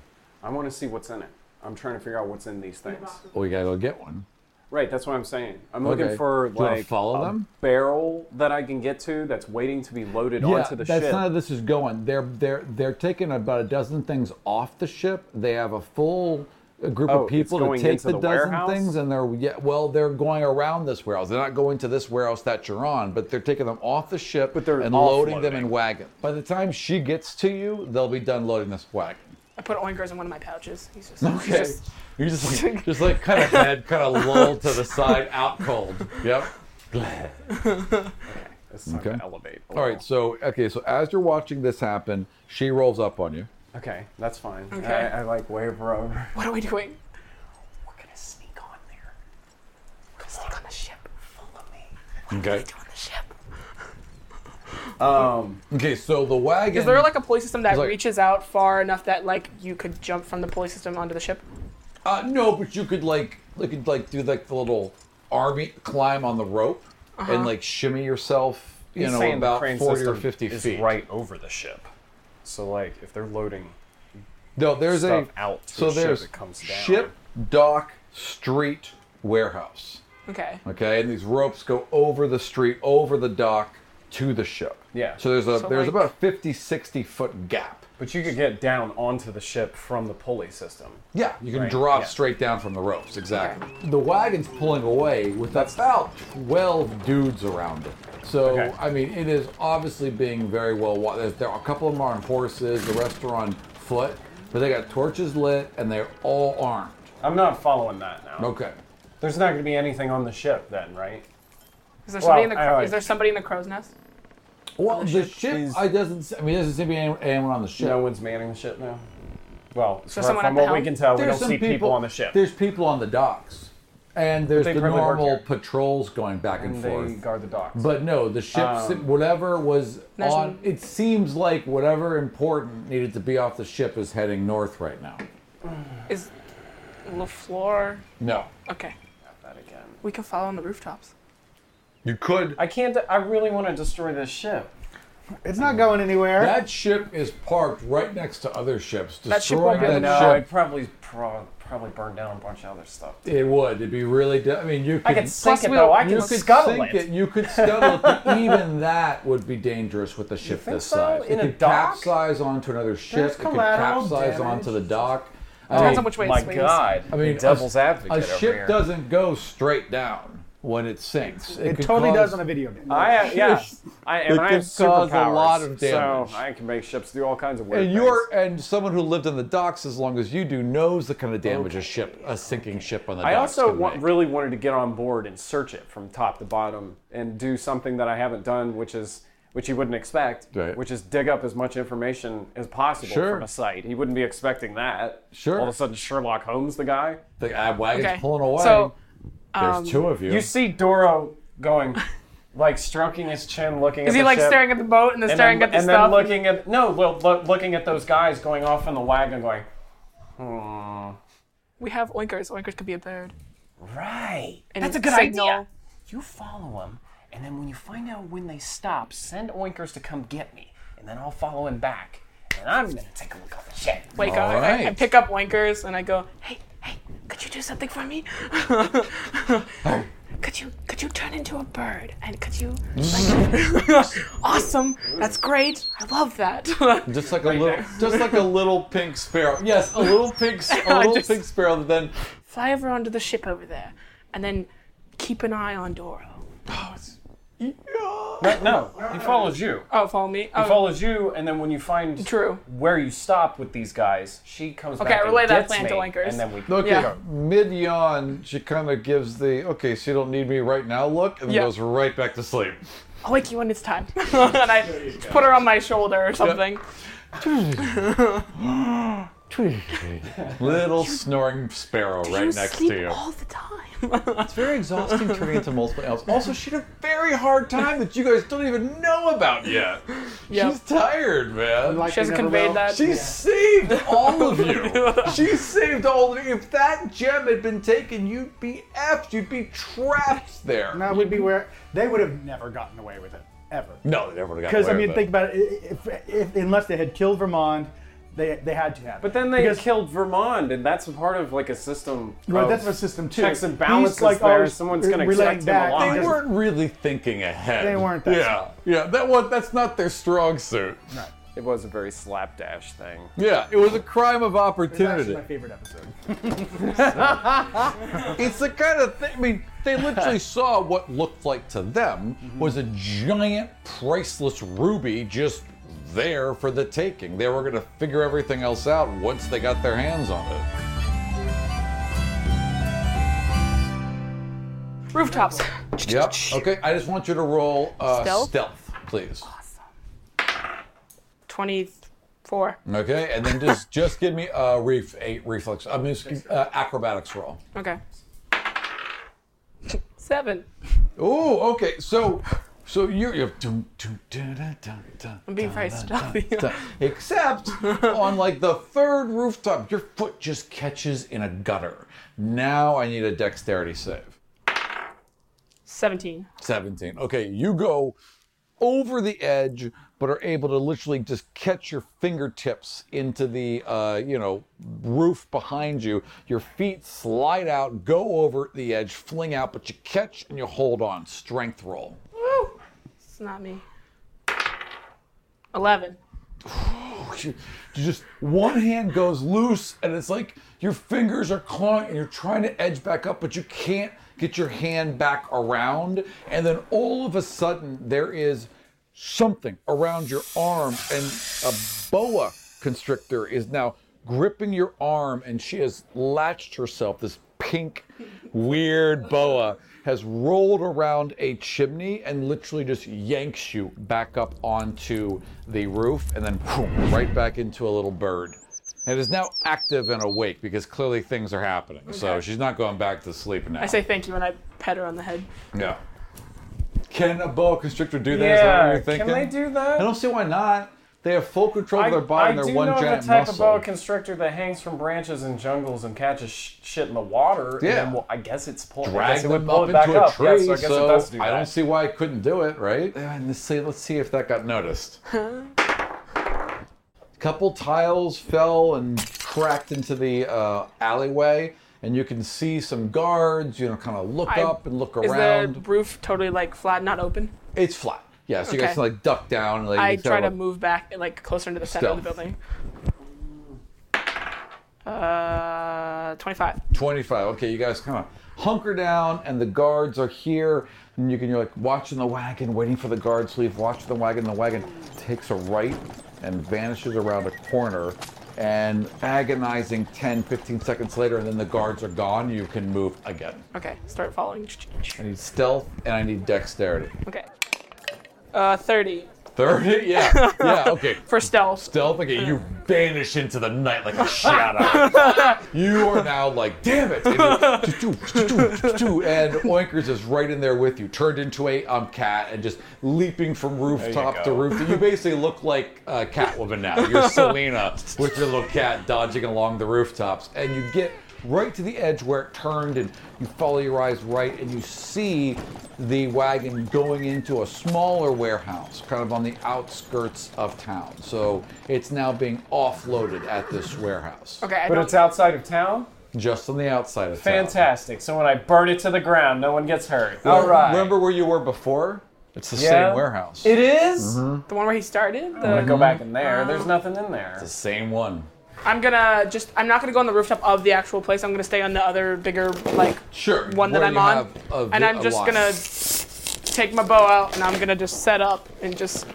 [SPEAKER 8] I want to see what's in it. I'm trying to figure out what's in these things.
[SPEAKER 6] Well, you gotta go get one.
[SPEAKER 8] Right, that's what I'm saying. I'm
[SPEAKER 6] Okay.
[SPEAKER 8] looking for
[SPEAKER 6] Do you wanna
[SPEAKER 8] like
[SPEAKER 6] follow
[SPEAKER 8] a
[SPEAKER 6] them?
[SPEAKER 8] barrel that I can get to that's waiting to be loaded onto the
[SPEAKER 6] that's
[SPEAKER 8] ship.
[SPEAKER 6] not how this is going. They're they're they're taking about a dozen things off the ship. They have a full uh, group
[SPEAKER 8] Oh,
[SPEAKER 6] of
[SPEAKER 8] it's
[SPEAKER 6] people to
[SPEAKER 8] going
[SPEAKER 6] take
[SPEAKER 8] into
[SPEAKER 6] the,
[SPEAKER 8] the
[SPEAKER 6] dozen
[SPEAKER 8] warehouse?
[SPEAKER 6] things, and they're yeah, well, they're going around this warehouse. They're not going to this warehouse that you're on, but they're taking them off the ship
[SPEAKER 8] But they're
[SPEAKER 6] and loading them
[SPEAKER 8] offloading.
[SPEAKER 6] in wagons. By the time she gets to you, they'll be done loading this wagon.
[SPEAKER 5] I put Oinkers in one of my pouches. He's just, he's
[SPEAKER 6] Okay.
[SPEAKER 5] just
[SPEAKER 6] You're just like, just like kind of head, kind of lulled to the side, out cold. Yep.
[SPEAKER 8] It's time
[SPEAKER 6] Okay.
[SPEAKER 8] to elevate. a
[SPEAKER 6] All right.
[SPEAKER 8] little.
[SPEAKER 6] So okay. So as you're watching this happen, she rolls up on you.
[SPEAKER 8] Okay, that's fine.
[SPEAKER 5] Okay.
[SPEAKER 8] I, I like wave over.
[SPEAKER 5] what are we doing?
[SPEAKER 8] We're gonna sneak on there.
[SPEAKER 5] We're gonna sneak on the ship.
[SPEAKER 8] Follow me.
[SPEAKER 6] Okay.
[SPEAKER 5] On the ship.
[SPEAKER 8] Um,
[SPEAKER 6] Okay. So the wagon.
[SPEAKER 5] Is there like a pulley system that
[SPEAKER 6] It's like-
[SPEAKER 5] reaches out far enough that like you could jump from the pulley system onto the ship?
[SPEAKER 6] Uh, no, but you could like you could like do like the little army climb on the rope
[SPEAKER 5] Uh-huh.
[SPEAKER 6] and like shimmy yourself, you
[SPEAKER 8] he's
[SPEAKER 6] know,
[SPEAKER 8] saying the
[SPEAKER 6] about
[SPEAKER 8] crane
[SPEAKER 6] forty or
[SPEAKER 8] system
[SPEAKER 6] fifty
[SPEAKER 8] is
[SPEAKER 6] feet.
[SPEAKER 8] right over the ship. So like, if they're loading,
[SPEAKER 6] No, there's a
[SPEAKER 8] stuff out to
[SPEAKER 6] so
[SPEAKER 8] a ship,
[SPEAKER 6] there's
[SPEAKER 8] it comes down.
[SPEAKER 6] ship dock street warehouse.
[SPEAKER 5] Okay.
[SPEAKER 6] Okay, and these ropes go over the street, over the dock to the ship.
[SPEAKER 8] Yeah.
[SPEAKER 6] So there's a
[SPEAKER 5] So,
[SPEAKER 6] there's
[SPEAKER 5] like-
[SPEAKER 6] about a 50, 60 foot gap.
[SPEAKER 8] but you could get down onto the ship from the pulley system.
[SPEAKER 6] Yeah, you can
[SPEAKER 8] Right,
[SPEAKER 6] drop
[SPEAKER 8] yeah.
[SPEAKER 6] straight down from the ropes. Exactly. The wagon's pulling away with about 12 dudes around it. So,
[SPEAKER 8] Okay.
[SPEAKER 6] I mean, it is obviously being very well watched. There are a couple of them are on horses, the rest are on foot, but they got torches lit and they're all armed.
[SPEAKER 8] I'm not following that now.
[SPEAKER 6] Okay.
[SPEAKER 8] There's not gonna be anything on the ship then, right?
[SPEAKER 5] Is there somebody in the
[SPEAKER 8] Well, I
[SPEAKER 5] crow-
[SPEAKER 8] like-
[SPEAKER 5] is there somebody in the crow's nest?
[SPEAKER 6] Well, the ship,
[SPEAKER 8] is-
[SPEAKER 6] I doesn't. se- I mean, it doesn't seem to be any- anyone on the ship.
[SPEAKER 8] No one's manning the ship now. Well,
[SPEAKER 5] So
[SPEAKER 8] from,
[SPEAKER 5] someone
[SPEAKER 8] from
[SPEAKER 5] at the
[SPEAKER 8] what we
[SPEAKER 5] helm?
[SPEAKER 8] can tell, we don't see people, on the ship.
[SPEAKER 6] There's people on the docks, and there's
[SPEAKER 8] they
[SPEAKER 6] the
[SPEAKER 8] probably work
[SPEAKER 6] normal
[SPEAKER 8] here.
[SPEAKER 6] patrols going back and,
[SPEAKER 8] And they
[SPEAKER 6] forth.
[SPEAKER 8] guard the docks.
[SPEAKER 6] But no, the ships, whatever was
[SPEAKER 5] There's
[SPEAKER 6] on,
[SPEAKER 5] n-
[SPEAKER 6] it seems like whatever important needed to be off the ship is heading north right now.
[SPEAKER 5] Is LaFleur.
[SPEAKER 6] No.
[SPEAKER 5] Okay.
[SPEAKER 8] That again.
[SPEAKER 5] We can follow on the rooftops.
[SPEAKER 6] You could.
[SPEAKER 8] I can't. I really want to destroy this ship.
[SPEAKER 4] It's not going anywhere.
[SPEAKER 6] That ship is parked right next to other ships.
[SPEAKER 5] That ship
[SPEAKER 6] Destroying
[SPEAKER 5] won't be
[SPEAKER 6] that ship,
[SPEAKER 5] able to
[SPEAKER 8] No,
[SPEAKER 5] Sure.
[SPEAKER 8] I'd probably pro- probably burn down a bunch of other stuff.
[SPEAKER 6] it would. It'd be really. De- I mean, you could.
[SPEAKER 8] I could sink
[SPEAKER 5] Plus
[SPEAKER 8] it
[SPEAKER 5] we'll-
[SPEAKER 8] though. I
[SPEAKER 6] you
[SPEAKER 8] could
[SPEAKER 6] could
[SPEAKER 8] scuttle
[SPEAKER 6] sink
[SPEAKER 8] it.
[SPEAKER 6] You could scuttle it, but even that would be dangerous with a ship
[SPEAKER 8] think
[SPEAKER 6] this
[SPEAKER 8] so?
[SPEAKER 6] size. it
[SPEAKER 8] In a
[SPEAKER 6] could
[SPEAKER 8] dock?
[SPEAKER 6] capsize onto another ship.
[SPEAKER 8] There's
[SPEAKER 6] It could
[SPEAKER 8] collateral
[SPEAKER 6] capsize
[SPEAKER 8] damage.
[SPEAKER 6] onto the dock.
[SPEAKER 5] Depends on which way
[SPEAKER 8] My
[SPEAKER 5] it swings.
[SPEAKER 8] God.
[SPEAKER 6] I mean,
[SPEAKER 8] devil's
[SPEAKER 6] a,
[SPEAKER 8] advocate.
[SPEAKER 6] A
[SPEAKER 8] over
[SPEAKER 6] ship
[SPEAKER 8] here.
[SPEAKER 6] doesn't go straight down when it sinks. It,
[SPEAKER 4] it
[SPEAKER 6] could
[SPEAKER 4] totally
[SPEAKER 6] cause-
[SPEAKER 4] does on a video game.
[SPEAKER 8] I have, yeah. I, and
[SPEAKER 6] It
[SPEAKER 8] I have
[SPEAKER 6] could cause
[SPEAKER 8] superpowers,
[SPEAKER 6] a lot of damage.
[SPEAKER 8] so I can make ships do all kinds of weird
[SPEAKER 6] And
[SPEAKER 8] things.
[SPEAKER 6] you're and someone who lived on the docks as long as you do knows the kind of damage a ship, a sinking ship on the
[SPEAKER 8] I
[SPEAKER 6] docks
[SPEAKER 8] also
[SPEAKER 6] can
[SPEAKER 8] wa-
[SPEAKER 6] make.
[SPEAKER 8] really wanted to get on board and search it from top to bottom and do something that I haven't done, which is which you wouldn't expect,
[SPEAKER 6] Right.
[SPEAKER 8] which is dig up as much information as possible
[SPEAKER 6] Sure.
[SPEAKER 8] from a site. He wouldn't be expecting that.
[SPEAKER 6] Sure.
[SPEAKER 8] All of a sudden, Sherlock Holmes, the guy.
[SPEAKER 6] the uh, wagon's
[SPEAKER 5] Okay.
[SPEAKER 6] pulling away.
[SPEAKER 5] So, um,
[SPEAKER 6] There's two of you.
[SPEAKER 8] You see Doro going, like stroking his chin, looking.
[SPEAKER 5] Is
[SPEAKER 8] at
[SPEAKER 5] he
[SPEAKER 8] the
[SPEAKER 5] like
[SPEAKER 8] ship,
[SPEAKER 5] staring at the boat and then
[SPEAKER 8] and
[SPEAKER 5] staring
[SPEAKER 8] then,
[SPEAKER 5] at the
[SPEAKER 8] and
[SPEAKER 5] stuff?
[SPEAKER 8] then looking at no, well, lo- looking at those guys going off in the wagon, going, hmm,
[SPEAKER 5] we have oinkers. Oinkers could be a bird.
[SPEAKER 8] right.
[SPEAKER 5] And
[SPEAKER 8] That's a good
[SPEAKER 5] signal.
[SPEAKER 8] idea. You follow him, and then when you find out when they stop, send Oinkers to come get me, and then I'll follow him back, and I'm gonna take a look at the ship.
[SPEAKER 5] Wake
[SPEAKER 6] All
[SPEAKER 5] up. I- I, I
[SPEAKER 6] right.
[SPEAKER 5] pick up oinkers and I go, hey, hey, could you do something for me? could you could you turn into a bird? And could you like, awesome. That's great. I love that.
[SPEAKER 6] Just like a little, just like a little pink sparrow. Yes, a little pink, s- a
[SPEAKER 5] I
[SPEAKER 6] little
[SPEAKER 5] just-
[SPEAKER 6] pink sparrow. That then
[SPEAKER 5] Fly over onto the ship over there and then keep an eye on Doro.
[SPEAKER 8] No, he follows you.
[SPEAKER 5] Oh, follow me. Oh,
[SPEAKER 8] He follows you, and then when you find
[SPEAKER 5] True.
[SPEAKER 8] where you stopped with these guys, she comes
[SPEAKER 5] Okay,
[SPEAKER 8] back.
[SPEAKER 5] I relay
[SPEAKER 8] and
[SPEAKER 5] that
[SPEAKER 8] gets
[SPEAKER 5] plan
[SPEAKER 8] me,
[SPEAKER 5] to Oinkers.
[SPEAKER 8] and then we.
[SPEAKER 6] okay,
[SPEAKER 5] Yeah.
[SPEAKER 6] mid yawn, she kind of gives the okay, so you don't need me right now look, and then
[SPEAKER 5] Yeah.
[SPEAKER 6] goes right back to sleep.
[SPEAKER 5] I'll wake you when it's time. and I put her on my shoulder or something.
[SPEAKER 6] Little snoring sparrow right
[SPEAKER 5] you
[SPEAKER 6] next
[SPEAKER 5] sleep
[SPEAKER 6] to you.
[SPEAKER 5] all the time.
[SPEAKER 6] It's very exhausting turning into multiple elves. Also, she had a very hard time that you guys don't even know about yet.
[SPEAKER 5] Yep.
[SPEAKER 6] She's tired, man.
[SPEAKER 4] Like
[SPEAKER 5] she
[SPEAKER 4] they
[SPEAKER 5] hasn't
[SPEAKER 4] never
[SPEAKER 5] conveyed
[SPEAKER 4] will.
[SPEAKER 5] that.
[SPEAKER 6] She saved all of you. she saved all of you. If that gem had been taken, you'd be effed. You'd be trapped there.
[SPEAKER 4] That would be where they would have never gotten away with it ever.
[SPEAKER 6] No, they never got
[SPEAKER 4] Because I
[SPEAKER 6] away
[SPEAKER 4] mean,
[SPEAKER 6] with
[SPEAKER 4] think about it. If, if, unless they had killed Vermont, they they had to have.
[SPEAKER 8] But then they killed Vermont, and that's part of like a system.
[SPEAKER 4] Right,
[SPEAKER 8] of
[SPEAKER 4] that's a system too.
[SPEAKER 8] Checks and
[SPEAKER 4] He's
[SPEAKER 8] balances
[SPEAKER 4] like
[SPEAKER 8] there.
[SPEAKER 4] always
[SPEAKER 8] Someone's
[SPEAKER 4] re-
[SPEAKER 8] gonna
[SPEAKER 4] relaying
[SPEAKER 8] accept
[SPEAKER 4] back.
[SPEAKER 8] him alive.
[SPEAKER 4] They
[SPEAKER 6] They
[SPEAKER 4] Because-
[SPEAKER 6] weren't really thinking ahead.
[SPEAKER 4] They weren't that
[SPEAKER 6] yeah,
[SPEAKER 4] smart.
[SPEAKER 6] yeah. That was that's not their strong suit.
[SPEAKER 8] It was a very slapdash thing.
[SPEAKER 6] Yeah, it was a crime of
[SPEAKER 4] That's
[SPEAKER 6] opportunity.
[SPEAKER 4] my favorite episode.
[SPEAKER 6] It's the kind of thing. I mean, they literally saw what looked like to them was a giant, priceless ruby just there for the taking. They were going to figure everything else out once they got their hands on it.
[SPEAKER 5] Rooftops.
[SPEAKER 6] Yep. Okay. I just want you to roll uh, stealth?
[SPEAKER 5] Stealth?
[SPEAKER 6] please.
[SPEAKER 5] 24.
[SPEAKER 6] Okay, and then just just give me a ref a reflex. I mean, excuse- uh, acrobatics roll.
[SPEAKER 5] Okay. Seven.
[SPEAKER 6] Oh, okay. So, so you you have. Dun, dun, dun, dun, dun, dun,
[SPEAKER 5] I'm being very
[SPEAKER 6] dun,
[SPEAKER 5] stealthy.
[SPEAKER 6] dun, dun. Except on like the third rooftop, your foot just catches in a gutter. Now I need a dexterity save.
[SPEAKER 5] 17.
[SPEAKER 6] 17. Okay, you go over the edge, but are able to literally just catch your fingertips into the, uh, you know, roof behind you. Your feet slide out, go over the edge, fling out, but you catch and you hold on. Strength roll.
[SPEAKER 5] It's not me. 11.
[SPEAKER 6] You just one hand goes loose, and it's like your fingers are clawing, and you're trying to edge back up, but you can't get your hand back around. And then all of a sudden, there is something around your arm, and a boa constrictor is now gripping your arm, and she has latched herself. This pink, weird boa has rolled around a chimney and literally just yanks you back up onto the roof and then whoom, right back into a little bird. It is now active and awake because clearly things are happening. So she's not going back to sleep now.
[SPEAKER 5] I say thank you and I pet her on the head.
[SPEAKER 6] Yeah. Can a boa constrictor do that? Is that what
[SPEAKER 8] Yeah,
[SPEAKER 6] you're thinking?
[SPEAKER 8] can they do that?
[SPEAKER 6] I don't see why not. They have full control of their body and
[SPEAKER 8] I
[SPEAKER 6] they're
[SPEAKER 8] do
[SPEAKER 6] one
[SPEAKER 8] know
[SPEAKER 6] giant
[SPEAKER 8] the type
[SPEAKER 6] muscle.
[SPEAKER 8] of boa constrictor that hangs from branches and jungles and catches sh- shit in the water.
[SPEAKER 6] Yeah.
[SPEAKER 8] And then, well, I guess it's pulling. I
[SPEAKER 6] drag
[SPEAKER 8] guess it would
[SPEAKER 6] them
[SPEAKER 8] pull
[SPEAKER 6] up
[SPEAKER 8] it back
[SPEAKER 6] into a
[SPEAKER 8] up.
[SPEAKER 6] tree. so
[SPEAKER 8] Yeah, so I guess it does do
[SPEAKER 6] I don't
[SPEAKER 8] that.
[SPEAKER 6] see why I couldn't do it, right? And let's see, let's see if that got noticed. A couple tiles fell and cracked into the uh, alleyway, and you can see some guards. You know, kind of look
[SPEAKER 5] I-
[SPEAKER 6] up and look
[SPEAKER 5] Is
[SPEAKER 6] around.
[SPEAKER 5] the roof totally like flat, not open?
[SPEAKER 6] It's flat. Yeah, so you guys
[SPEAKER 5] Okay.
[SPEAKER 6] can like duck down. And, like,
[SPEAKER 5] I
[SPEAKER 6] you
[SPEAKER 5] try to
[SPEAKER 6] kinda-
[SPEAKER 5] move back like closer into the center of the
[SPEAKER 6] Stealth.
[SPEAKER 5] building. Uh, 25.
[SPEAKER 6] 25. Okay, you guys kind of hunker down, and the guards are here. And you can, you're like watching the wagon, waiting for the guards to leave, watching the wagon. The wagon takes a right and vanishes around a corner. And agonizing 10, 15 seconds later, and then the guards are gone, you can move again.
[SPEAKER 5] Okay, start following.
[SPEAKER 6] I need stealth and I need dexterity.
[SPEAKER 5] Okay. Uh, 30
[SPEAKER 6] 30? Yeah. Yeah, okay.
[SPEAKER 5] for stealth.
[SPEAKER 6] stealth again. You vanish into the night like a shadow. you are now like, damn it! And, you- and Oinkers is right in there with you, turned into a um, cat and just leaping from rooftop to
[SPEAKER 8] go.
[SPEAKER 6] rooftop. You basically look like uh, Catwoman now. You're Selena with your little cat dodging along the rooftops, and you get right to the edge where it turned, and you follow your eyes right, and you see the wagon going into a smaller warehouse, kind of on the outskirts of town. So it's now being offloaded at this warehouse,
[SPEAKER 5] Okay, I
[SPEAKER 8] But
[SPEAKER 5] don't,
[SPEAKER 8] it's outside of town.
[SPEAKER 6] just on the outside of town.
[SPEAKER 8] Fantastic. So when I burn it to the ground, no one gets hurt. All
[SPEAKER 6] Well,
[SPEAKER 8] right.
[SPEAKER 6] Remember where you were before? It's the
[SPEAKER 8] Yeah.
[SPEAKER 6] same warehouse.
[SPEAKER 8] It is?
[SPEAKER 5] the one where he started. The,
[SPEAKER 8] Go back in there. There's nothing in there.
[SPEAKER 6] the same one.
[SPEAKER 5] I'm gonna just. I'm not gonna go on the rooftop of the actual place. I'm gonna stay on the other bigger like
[SPEAKER 6] Sure.
[SPEAKER 5] one that
[SPEAKER 6] where
[SPEAKER 5] I'm
[SPEAKER 6] you
[SPEAKER 5] on,
[SPEAKER 6] have a vi-
[SPEAKER 5] and
[SPEAKER 6] a
[SPEAKER 5] I'm just
[SPEAKER 6] line.
[SPEAKER 5] gonna take my bow out and I'm gonna just set up and just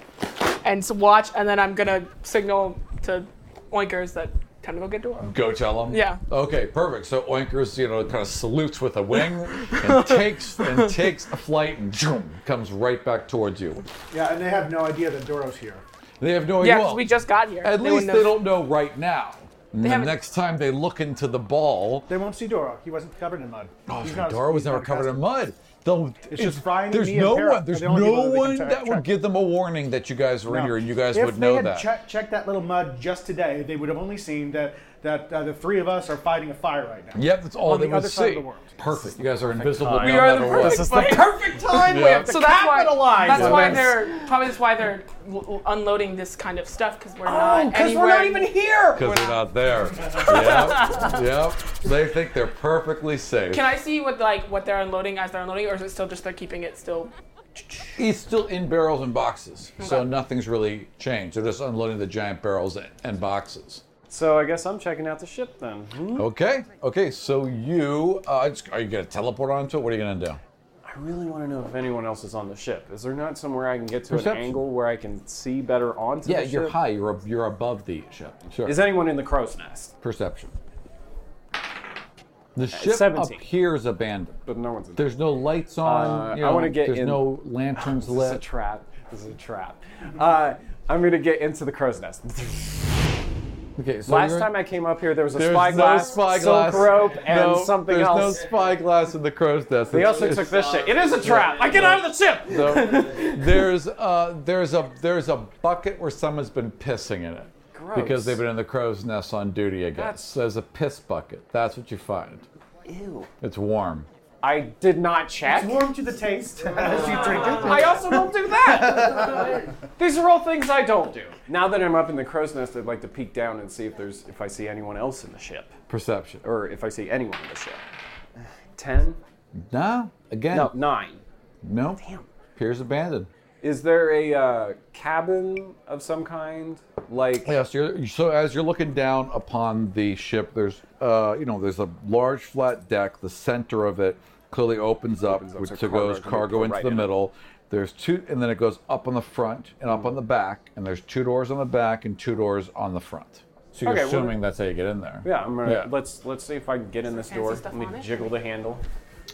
[SPEAKER 5] and s- watch, and then I'm gonna signal to Oinkers that time to go get Dora.
[SPEAKER 6] Go tell him.
[SPEAKER 5] Yeah.
[SPEAKER 6] Okay, perfect. So Oinkers, you know, kind of salutes with a wing and takes and takes a flight and zoom, comes right back towards you.
[SPEAKER 4] Yeah, and they have no idea that Doro's here.
[SPEAKER 6] They have
[SPEAKER 8] Oh,
[SPEAKER 6] no idea.
[SPEAKER 5] Yeah, 'cause we just got here.
[SPEAKER 6] At
[SPEAKER 5] They
[SPEAKER 6] least
[SPEAKER 5] wouldn't
[SPEAKER 6] they
[SPEAKER 5] have-
[SPEAKER 6] don't know right now. And the
[SPEAKER 5] haven't-
[SPEAKER 6] next time they look into the ball,
[SPEAKER 4] They won't see Doro. He wasn't covered in mud.
[SPEAKER 6] oh,
[SPEAKER 4] He's
[SPEAKER 6] the
[SPEAKER 4] not-
[SPEAKER 6] door was
[SPEAKER 4] he's
[SPEAKER 6] never
[SPEAKER 4] not a
[SPEAKER 6] covered in
[SPEAKER 4] customer.
[SPEAKER 6] mud. They'll-
[SPEAKER 4] It's just Ryan and
[SPEAKER 6] There's
[SPEAKER 4] me and
[SPEAKER 6] no
[SPEAKER 4] Parrot
[SPEAKER 6] one. There's
[SPEAKER 4] are the only
[SPEAKER 6] no
[SPEAKER 4] people that they can
[SPEAKER 6] one
[SPEAKER 4] check-
[SPEAKER 6] that would
[SPEAKER 4] check.
[SPEAKER 6] give them a warning that you guys were in
[SPEAKER 4] No.
[SPEAKER 6] here, and you guys
[SPEAKER 4] if
[SPEAKER 6] would know
[SPEAKER 4] they had
[SPEAKER 6] that.
[SPEAKER 4] che- checked that little mud just today, they would have only seen that that uh, the three of us are fighting a fire right now.
[SPEAKER 6] Yep, that's all
[SPEAKER 4] On
[SPEAKER 6] they
[SPEAKER 4] the
[SPEAKER 6] would
[SPEAKER 4] other
[SPEAKER 6] see.
[SPEAKER 4] side of the world.
[SPEAKER 6] Perfect. You guys are invisible.
[SPEAKER 8] time. We
[SPEAKER 6] no
[SPEAKER 5] are the
[SPEAKER 6] matter what.
[SPEAKER 5] perfect
[SPEAKER 8] This is the perfect time we have to
[SPEAKER 5] So that's why.
[SPEAKER 8] capitalize
[SPEAKER 5] That's
[SPEAKER 8] on
[SPEAKER 5] why
[SPEAKER 8] this.
[SPEAKER 5] they're probably that's why they're l- l- unloading this kind of stuff because we're
[SPEAKER 8] Oh,
[SPEAKER 5] not
[SPEAKER 8] because
[SPEAKER 5] anywhere.
[SPEAKER 8] we're not even here.
[SPEAKER 6] Because they're not there. yep. Yep. They think they're perfectly safe.
[SPEAKER 5] Can I see what like what they're unloading as they're unloading, or is it still just they're keeping it still?
[SPEAKER 6] It's still in barrels and boxes, so nothing's really changed. They're just unloading the giant barrels a- and boxes.
[SPEAKER 8] So I guess I'm checking out the ship then. Hmm?
[SPEAKER 6] Okay. Okay. So you, uh, it's- are you gonna teleport onto it? What are you gonna do?
[SPEAKER 8] I really want to know if anyone else is on the ship. Is there not somewhere I can get to an
[SPEAKER 6] Perception.
[SPEAKER 8] angle where I can see better onto
[SPEAKER 6] Yeah,
[SPEAKER 8] the ship?
[SPEAKER 6] you're high. You're ab- you're above the ship. Sure.
[SPEAKER 8] Is anyone in the crow's nest?
[SPEAKER 6] perception?
[SPEAKER 8] Uh,
[SPEAKER 6] The ship
[SPEAKER 8] 17.
[SPEAKER 6] appears abandoned.
[SPEAKER 8] But no one's in
[SPEAKER 6] There's no lights on.
[SPEAKER 8] Uh,
[SPEAKER 6] you
[SPEAKER 8] I
[SPEAKER 6] know,
[SPEAKER 8] wanna get
[SPEAKER 6] There's
[SPEAKER 8] in-
[SPEAKER 6] no lanterns
[SPEAKER 8] This is a
[SPEAKER 6] lit.
[SPEAKER 8] trap. This is a trap. Uh, I'm gonna get into the crow's nest.
[SPEAKER 6] Okay. So
[SPEAKER 8] Last
[SPEAKER 6] you're-
[SPEAKER 8] time I came up here, there was a
[SPEAKER 6] There's
[SPEAKER 8] spyglass,
[SPEAKER 6] no spyglass,
[SPEAKER 8] silk rope, and
[SPEAKER 6] no,
[SPEAKER 8] something
[SPEAKER 6] there's
[SPEAKER 8] else.
[SPEAKER 6] no spyglass in the crow's nest.
[SPEAKER 8] they also took this shit. It is a trap. I get out of the ship.
[SPEAKER 6] So, there's uh, there's a there's a bucket where someone's been pissing in it because
[SPEAKER 8] Gross.
[SPEAKER 6] they've been in the crow's nest on duty. I guess
[SPEAKER 8] That's-
[SPEAKER 6] there's a piss bucket. That's what you find.
[SPEAKER 8] Ew.
[SPEAKER 6] It's warm.
[SPEAKER 8] I did not check.
[SPEAKER 4] It's warm to the taste as you drink it.
[SPEAKER 8] I also don't do that. These are all things I don't do. Now that I'm up in the crow's nest, I'd like to peek down and see if there's if I see anyone else in the ship,
[SPEAKER 6] Perception.
[SPEAKER 8] or if I see anyone in the ship. Ten?
[SPEAKER 6] Nah. Again.
[SPEAKER 8] No, nine.
[SPEAKER 6] No. Piers abandoned.
[SPEAKER 8] Is there a uh, cabin of some kind? Like,
[SPEAKER 6] Yes. You're, so as you're looking down upon the ship, there's uh, you know there's a large flat deck. The center of it clearly opens up,
[SPEAKER 8] Opens up
[SPEAKER 6] which
[SPEAKER 8] so
[SPEAKER 6] so goes
[SPEAKER 8] cargo can
[SPEAKER 6] cargo
[SPEAKER 8] go
[SPEAKER 6] into
[SPEAKER 8] right
[SPEAKER 6] the
[SPEAKER 8] in.
[SPEAKER 6] middle. There's two, and then it goes up on the front and up on the back, and there's two doors on the back and two doors on the front. So you're
[SPEAKER 8] Okay, well-
[SPEAKER 6] assuming that's how you get in there.
[SPEAKER 8] yeah, I'm gonna
[SPEAKER 6] Yeah.
[SPEAKER 8] let's let's see if I can get in this door.
[SPEAKER 5] fancy stuff
[SPEAKER 8] Let me
[SPEAKER 5] on it?
[SPEAKER 8] jiggle the handle.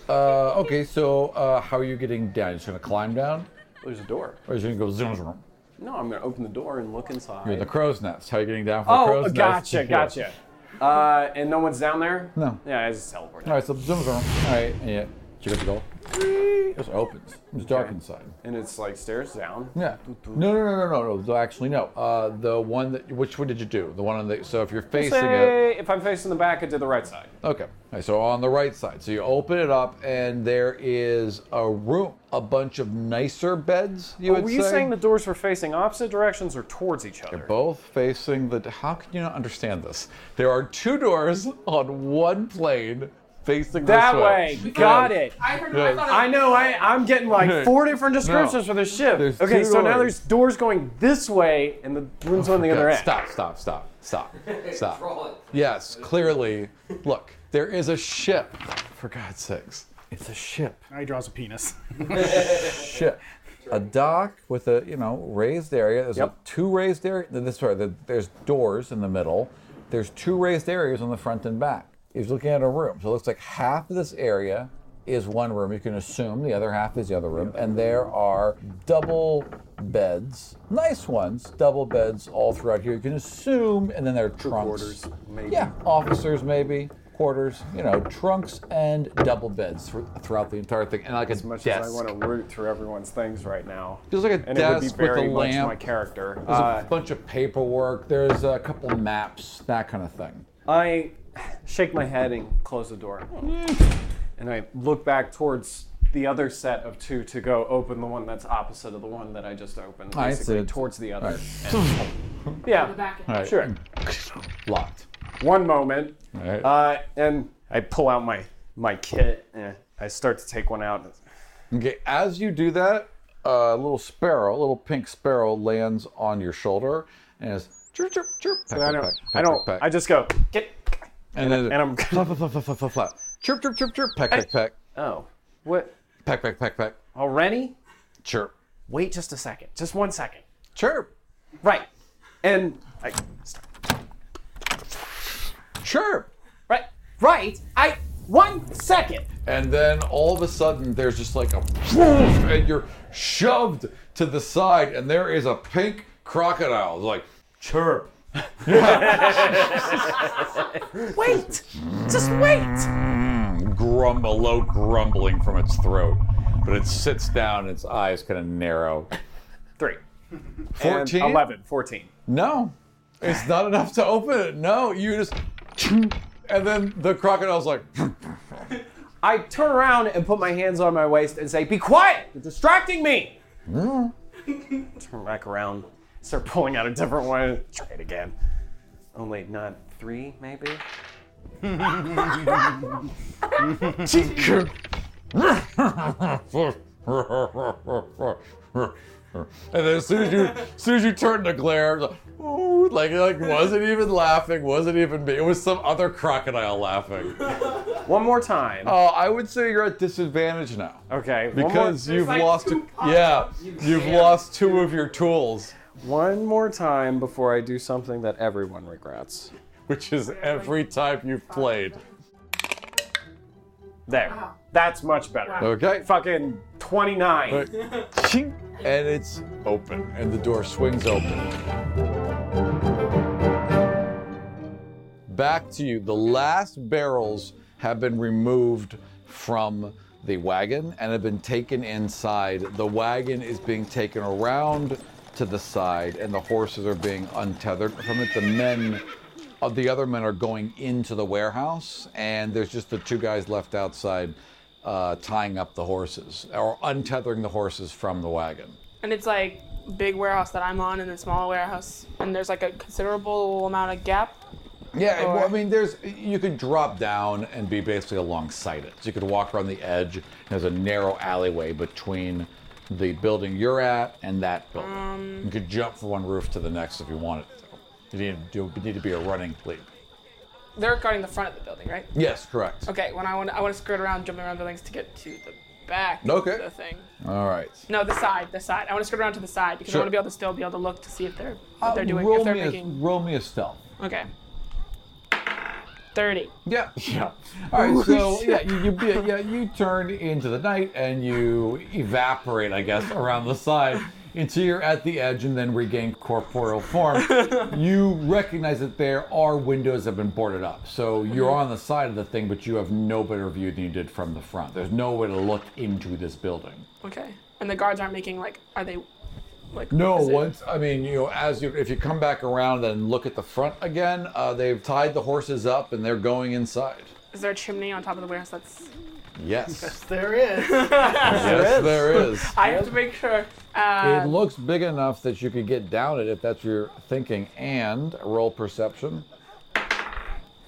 [SPEAKER 6] Uh, okay, so uh, how are you getting down? You're just gonna climb down,
[SPEAKER 8] There's a door.
[SPEAKER 6] or you're gonna go zoom zoom?
[SPEAKER 8] No, I'm gonna open the door and look
[SPEAKER 6] You're in
[SPEAKER 8] inside.
[SPEAKER 6] the crow's nest. How are you getting down from the crow's
[SPEAKER 8] oh,
[SPEAKER 6] nest?
[SPEAKER 8] gotcha,
[SPEAKER 6] Yeah.
[SPEAKER 8] gotcha. Uh, and no one's down there.
[SPEAKER 6] No.
[SPEAKER 8] Yeah, I just teleport.
[SPEAKER 6] All right, so zoom zoom. All right, yeah. Check out the door. It just opens. It's dark inside.
[SPEAKER 8] And it's like stairs down.
[SPEAKER 6] Yeah. No, no, no, no, no, no. So Actually, no. Uh, the one that which one did you do? The one on the so if you're facing it.
[SPEAKER 8] Say if I'm facing the back, I did the right side.
[SPEAKER 6] Okay. All right, so on the right side. So you open it up, and there is a room, a bunch of nicer beds. You would
[SPEAKER 8] were you
[SPEAKER 6] say?
[SPEAKER 8] saying the doors were facing opposite directions or towards each other?
[SPEAKER 6] both facing the. How can you not understand this? There are two doors on one plane facing
[SPEAKER 8] That
[SPEAKER 6] this
[SPEAKER 8] way. Got
[SPEAKER 6] Yeah.
[SPEAKER 8] it.
[SPEAKER 5] I heard. I thought it
[SPEAKER 8] I know. I, I'm getting like four different descriptions for this ship.
[SPEAKER 6] There's
[SPEAKER 8] okay,
[SPEAKER 6] two
[SPEAKER 8] so now
[SPEAKER 6] doors.
[SPEAKER 8] there's doors going this way and the rooms on the other
[SPEAKER 6] God,
[SPEAKER 8] end.
[SPEAKER 6] Oh, Stop, stop, stop, stop, stop. yes, clearly. Look, there is a ship. For God's sakes. It's a ship.
[SPEAKER 4] Now he draws a penis.
[SPEAKER 6] Ship. A dock with a, you know, raised area. There's
[SPEAKER 8] Yep.
[SPEAKER 6] two raised areas. Sorry, there- there's doors in the middle. There's two raised areas on the front and back. He's looking at a room. So it looks like half of this area is one room. You can assume the other half is the other room. And there are double beds, nice ones, double beds all throughout here. You can assume, and then there are trunks.
[SPEAKER 8] quarters, maybe.
[SPEAKER 6] Yeah, officers maybe, quarters, you know, trunks and double beds thr- throughout the entire thing. And like
[SPEAKER 8] As
[SPEAKER 6] a
[SPEAKER 8] much
[SPEAKER 6] desk.
[SPEAKER 8] as I want to root through everyone's things right now.
[SPEAKER 6] Feels like a
[SPEAKER 8] and it
[SPEAKER 6] desk
[SPEAKER 8] would
[SPEAKER 6] with
[SPEAKER 8] be
[SPEAKER 6] a
[SPEAKER 8] very much
[SPEAKER 6] lamp.
[SPEAKER 8] my character.
[SPEAKER 6] There's
[SPEAKER 8] Uh,
[SPEAKER 6] a bunch of paperwork. There's a couple maps, that kind of thing.
[SPEAKER 8] I shake my head and close the door. And I look back towards the other set of two to go open the one that's opposite of the one that I just opened.
[SPEAKER 6] I
[SPEAKER 8] Basically,
[SPEAKER 6] see.
[SPEAKER 8] towards the other.
[SPEAKER 6] Alright.
[SPEAKER 8] And- yeah.
[SPEAKER 5] back.
[SPEAKER 6] All right.
[SPEAKER 8] Sure.
[SPEAKER 6] Locked.
[SPEAKER 8] One moment.
[SPEAKER 6] Alright.
[SPEAKER 8] Uh, and I pull out my, my kit and I start to take one out.
[SPEAKER 6] Okay. As you do that, a little sparrow, a little pink sparrow, lands on your shoulder and is chirp chirp chirp. Peck,
[SPEAKER 8] I
[SPEAKER 6] peck,
[SPEAKER 8] don't,
[SPEAKER 6] peck,
[SPEAKER 8] I
[SPEAKER 6] peck,
[SPEAKER 8] don't,
[SPEAKER 6] peck,
[SPEAKER 8] I
[SPEAKER 6] peck.
[SPEAKER 8] just go, get.
[SPEAKER 6] and then
[SPEAKER 8] and I'm-
[SPEAKER 6] flap, flap, flap, flap, flap, flap. chirp chirp chirp chirp. Peck peck peck.
[SPEAKER 8] Oh, what?
[SPEAKER 6] Peck peck peck peck.
[SPEAKER 8] Already?
[SPEAKER 6] Chirp
[SPEAKER 8] Wait just a second. Just one second.
[SPEAKER 6] chirp
[SPEAKER 8] Right. And I
[SPEAKER 6] chirp.
[SPEAKER 8] Right. Right. I. One second.
[SPEAKER 6] And then all of a sudden, there's just like a whoosh, and you're shoved to the side, and there is a pink crocodile. It's like chirp.
[SPEAKER 7] Wait! Just wait!
[SPEAKER 6] Mm, grumble, low grumbling from its throat. But it sits down, its eyes kind of narrow.
[SPEAKER 8] Three.
[SPEAKER 6] 14?
[SPEAKER 8] And 11. 14.
[SPEAKER 6] No, it's not enough to open it. No, you just. And then the crocodile's like,
[SPEAKER 8] I turn around and put my hands on my waist and say, Be quiet! You're distracting me! turn back around, start pulling out a different one. Try it again. Only not three, maybe?
[SPEAKER 6] and then as soon as you, as soon as you turn to glare, it's like, "Ooh," like, like wasn't even laughing, wasn't even me. It was some other crocodile laughing.
[SPEAKER 8] One more time.
[SPEAKER 6] Oh, I would say you're at disadvantage now.
[SPEAKER 8] okay. one more-
[SPEAKER 6] Because you've
[SPEAKER 5] like
[SPEAKER 6] lost,
[SPEAKER 5] two pops
[SPEAKER 6] yeah,
[SPEAKER 5] up, you
[SPEAKER 6] you've
[SPEAKER 5] can't
[SPEAKER 6] lost two of your tools,
[SPEAKER 8] one more time before I do something that everyone regrets.
[SPEAKER 6] which is every time you've played.
[SPEAKER 8] There. That's much better.
[SPEAKER 6] Okay,
[SPEAKER 8] Fucking 29.
[SPEAKER 6] Right. Chink. and it's open, and the door swings open. Back to you. The last barrels have been removed from the wagon and have been taken inside. The wagon is being taken around to the side, and the horses are being untethered from it. The men of the other men are going into the warehouse, and there's just the two guys left outside uh, tying up the horses or untethering the horses from the wagon.
[SPEAKER 5] And it's like big warehouse that I'm on, and then small warehouse, and there's like a considerable amount of gap.
[SPEAKER 6] Yeah,
[SPEAKER 5] Or-
[SPEAKER 6] well, I mean, there's you could drop down and be basically alongside it. So you could walk around the edge. And there's a narrow alleyway between the building you're at and that building.
[SPEAKER 5] Um,
[SPEAKER 6] you could jump from one roof to the next if you wanted to. You need to, do, need to be a running leap.
[SPEAKER 5] They're guarding the front of the building, right?
[SPEAKER 6] Yes, correct.
[SPEAKER 5] Okay. When I want, I want to skirt around, jumping around buildings to get to the back.
[SPEAKER 6] Okay.
[SPEAKER 5] Of the thing.
[SPEAKER 6] All right.
[SPEAKER 5] No, the side, the side. I want to skirt around to the side because
[SPEAKER 6] Sure.
[SPEAKER 5] I want to be able to still be able to look to see if they're what
[SPEAKER 6] Uh,
[SPEAKER 5] they're doing,
[SPEAKER 6] roll
[SPEAKER 5] if they're
[SPEAKER 6] me a-
[SPEAKER 5] making.
[SPEAKER 6] roll me a stealth.
[SPEAKER 5] Okay. 30.
[SPEAKER 6] Yeah. Yeah. All right. so yeah, you, you yeah, yeah you turn into the night and you evaporate, I guess, around the side until you're at the edge and then regain corporeal form. you recognize that there are windows that have been boarded up, so you're
[SPEAKER 5] Mm-hmm.
[SPEAKER 6] on the side of the thing, but you have no better view than you did from the front. There's no way to look into this building.
[SPEAKER 5] Okay. And the guards aren't making like, are they like?
[SPEAKER 6] No,
[SPEAKER 5] is it-
[SPEAKER 6] once I mean, you know, as you if you come back around and look at the front again, uh, they've tied the horses up and they're going inside.
[SPEAKER 5] Is there a chimney on top of the warehouse? That's.
[SPEAKER 6] Yes,
[SPEAKER 4] There is.
[SPEAKER 6] yes, there is.
[SPEAKER 5] I have to make sure.
[SPEAKER 6] It looks big enough that you could get down it if that's what you're thinking. And roll perception.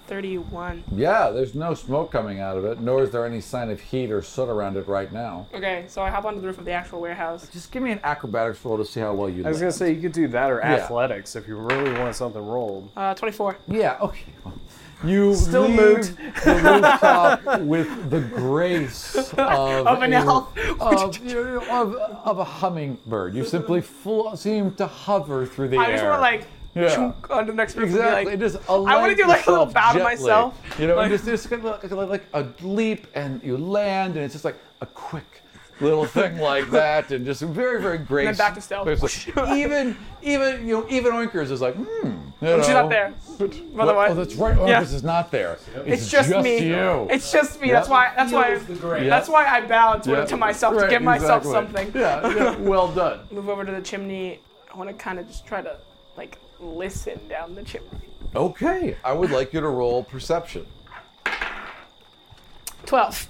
[SPEAKER 5] 31.
[SPEAKER 6] Yeah, there's no smoke coming out of it, nor is there any sign of heat or soot around it right now.
[SPEAKER 5] Okay, so I hop onto the roof of the actual warehouse.
[SPEAKER 6] Just give me an acrobatics roll to see how well you.
[SPEAKER 8] I was gonna say you could do that or
[SPEAKER 6] Yeah.
[SPEAKER 8] athletics if you really want something rolled.
[SPEAKER 5] Uh, 24.
[SPEAKER 6] Yeah. Okay. You
[SPEAKER 8] Still
[SPEAKER 6] leave
[SPEAKER 8] moot.
[SPEAKER 6] the rooftop with the grace of,
[SPEAKER 5] an
[SPEAKER 6] a,
[SPEAKER 5] elf.
[SPEAKER 6] of, you know, of, of a hummingbird. You simply fl- seem to hover through the air.
[SPEAKER 5] I just want to like
[SPEAKER 6] Yeah.
[SPEAKER 5] chook onto the next roof
[SPEAKER 6] Exactly.
[SPEAKER 5] and be like,
[SPEAKER 6] just
[SPEAKER 5] I want to do like a little bow
[SPEAKER 6] about
[SPEAKER 5] to myself.
[SPEAKER 6] You know,
[SPEAKER 5] Like-
[SPEAKER 6] and just, just kind of like, like a leap and you land and it's just like a quick little thing like that and just very, very great.
[SPEAKER 5] then back to stealth.
[SPEAKER 6] even, even, you know, even Oinkers is like, hmm. You
[SPEAKER 5] she's
[SPEAKER 6] know.
[SPEAKER 5] not there.
[SPEAKER 6] But,
[SPEAKER 5] By the way.
[SPEAKER 6] Oh, that's right. Oinkers
[SPEAKER 5] Yeah.
[SPEAKER 6] is not there.
[SPEAKER 5] It's, just, me.
[SPEAKER 6] you.
[SPEAKER 5] It's just me.
[SPEAKER 6] Yeah.
[SPEAKER 5] That's why. That's why. That's why I bow to,
[SPEAKER 6] Yeah.
[SPEAKER 5] to myself to
[SPEAKER 6] Right,
[SPEAKER 5] give myself
[SPEAKER 6] exactly.
[SPEAKER 5] something.
[SPEAKER 6] Yeah, yeah, well done.
[SPEAKER 5] Move over to the chimney. I want to kind of just try to like listen down the chimney.
[SPEAKER 6] Okay, I would like you to roll perception.
[SPEAKER 5] 12.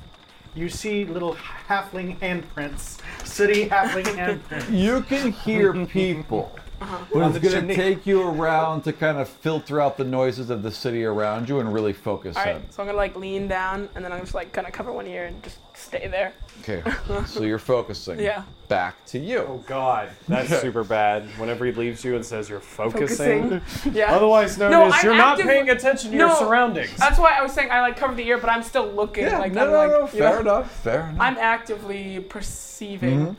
[SPEAKER 4] You see little halfling handprints, city halfling handprints.
[SPEAKER 6] You can hear people,
[SPEAKER 5] Uh-huh.
[SPEAKER 6] but it's going
[SPEAKER 4] chimney.
[SPEAKER 6] to take you around to kind of filter out the noises of the city around you and really focus
[SPEAKER 5] All right.
[SPEAKER 6] in.
[SPEAKER 5] So I'm gonna like lean down and then I'm just like kind of cover one ear and just stay there.
[SPEAKER 6] Okay, so you're focusing.
[SPEAKER 5] Yeah.
[SPEAKER 6] Back to you.
[SPEAKER 8] Oh, God, that's super bad. Whenever he leaves you and says you're focusing,
[SPEAKER 5] Focusing. Yeah.
[SPEAKER 8] otherwise known
[SPEAKER 5] No,
[SPEAKER 8] as
[SPEAKER 5] I'm
[SPEAKER 8] you're not
[SPEAKER 5] active-
[SPEAKER 8] paying attention to
[SPEAKER 5] No. Uh,
[SPEAKER 8] your surroundings.
[SPEAKER 5] That's why I was saying I like cover the ear, but I'm still looking.
[SPEAKER 6] Yeah,
[SPEAKER 5] like
[SPEAKER 6] no,
[SPEAKER 5] I'm
[SPEAKER 6] no,
[SPEAKER 5] like
[SPEAKER 6] no,
[SPEAKER 5] you know,
[SPEAKER 6] fair enough, Mm-hmm. fair enough.
[SPEAKER 5] I'm actively perceiving.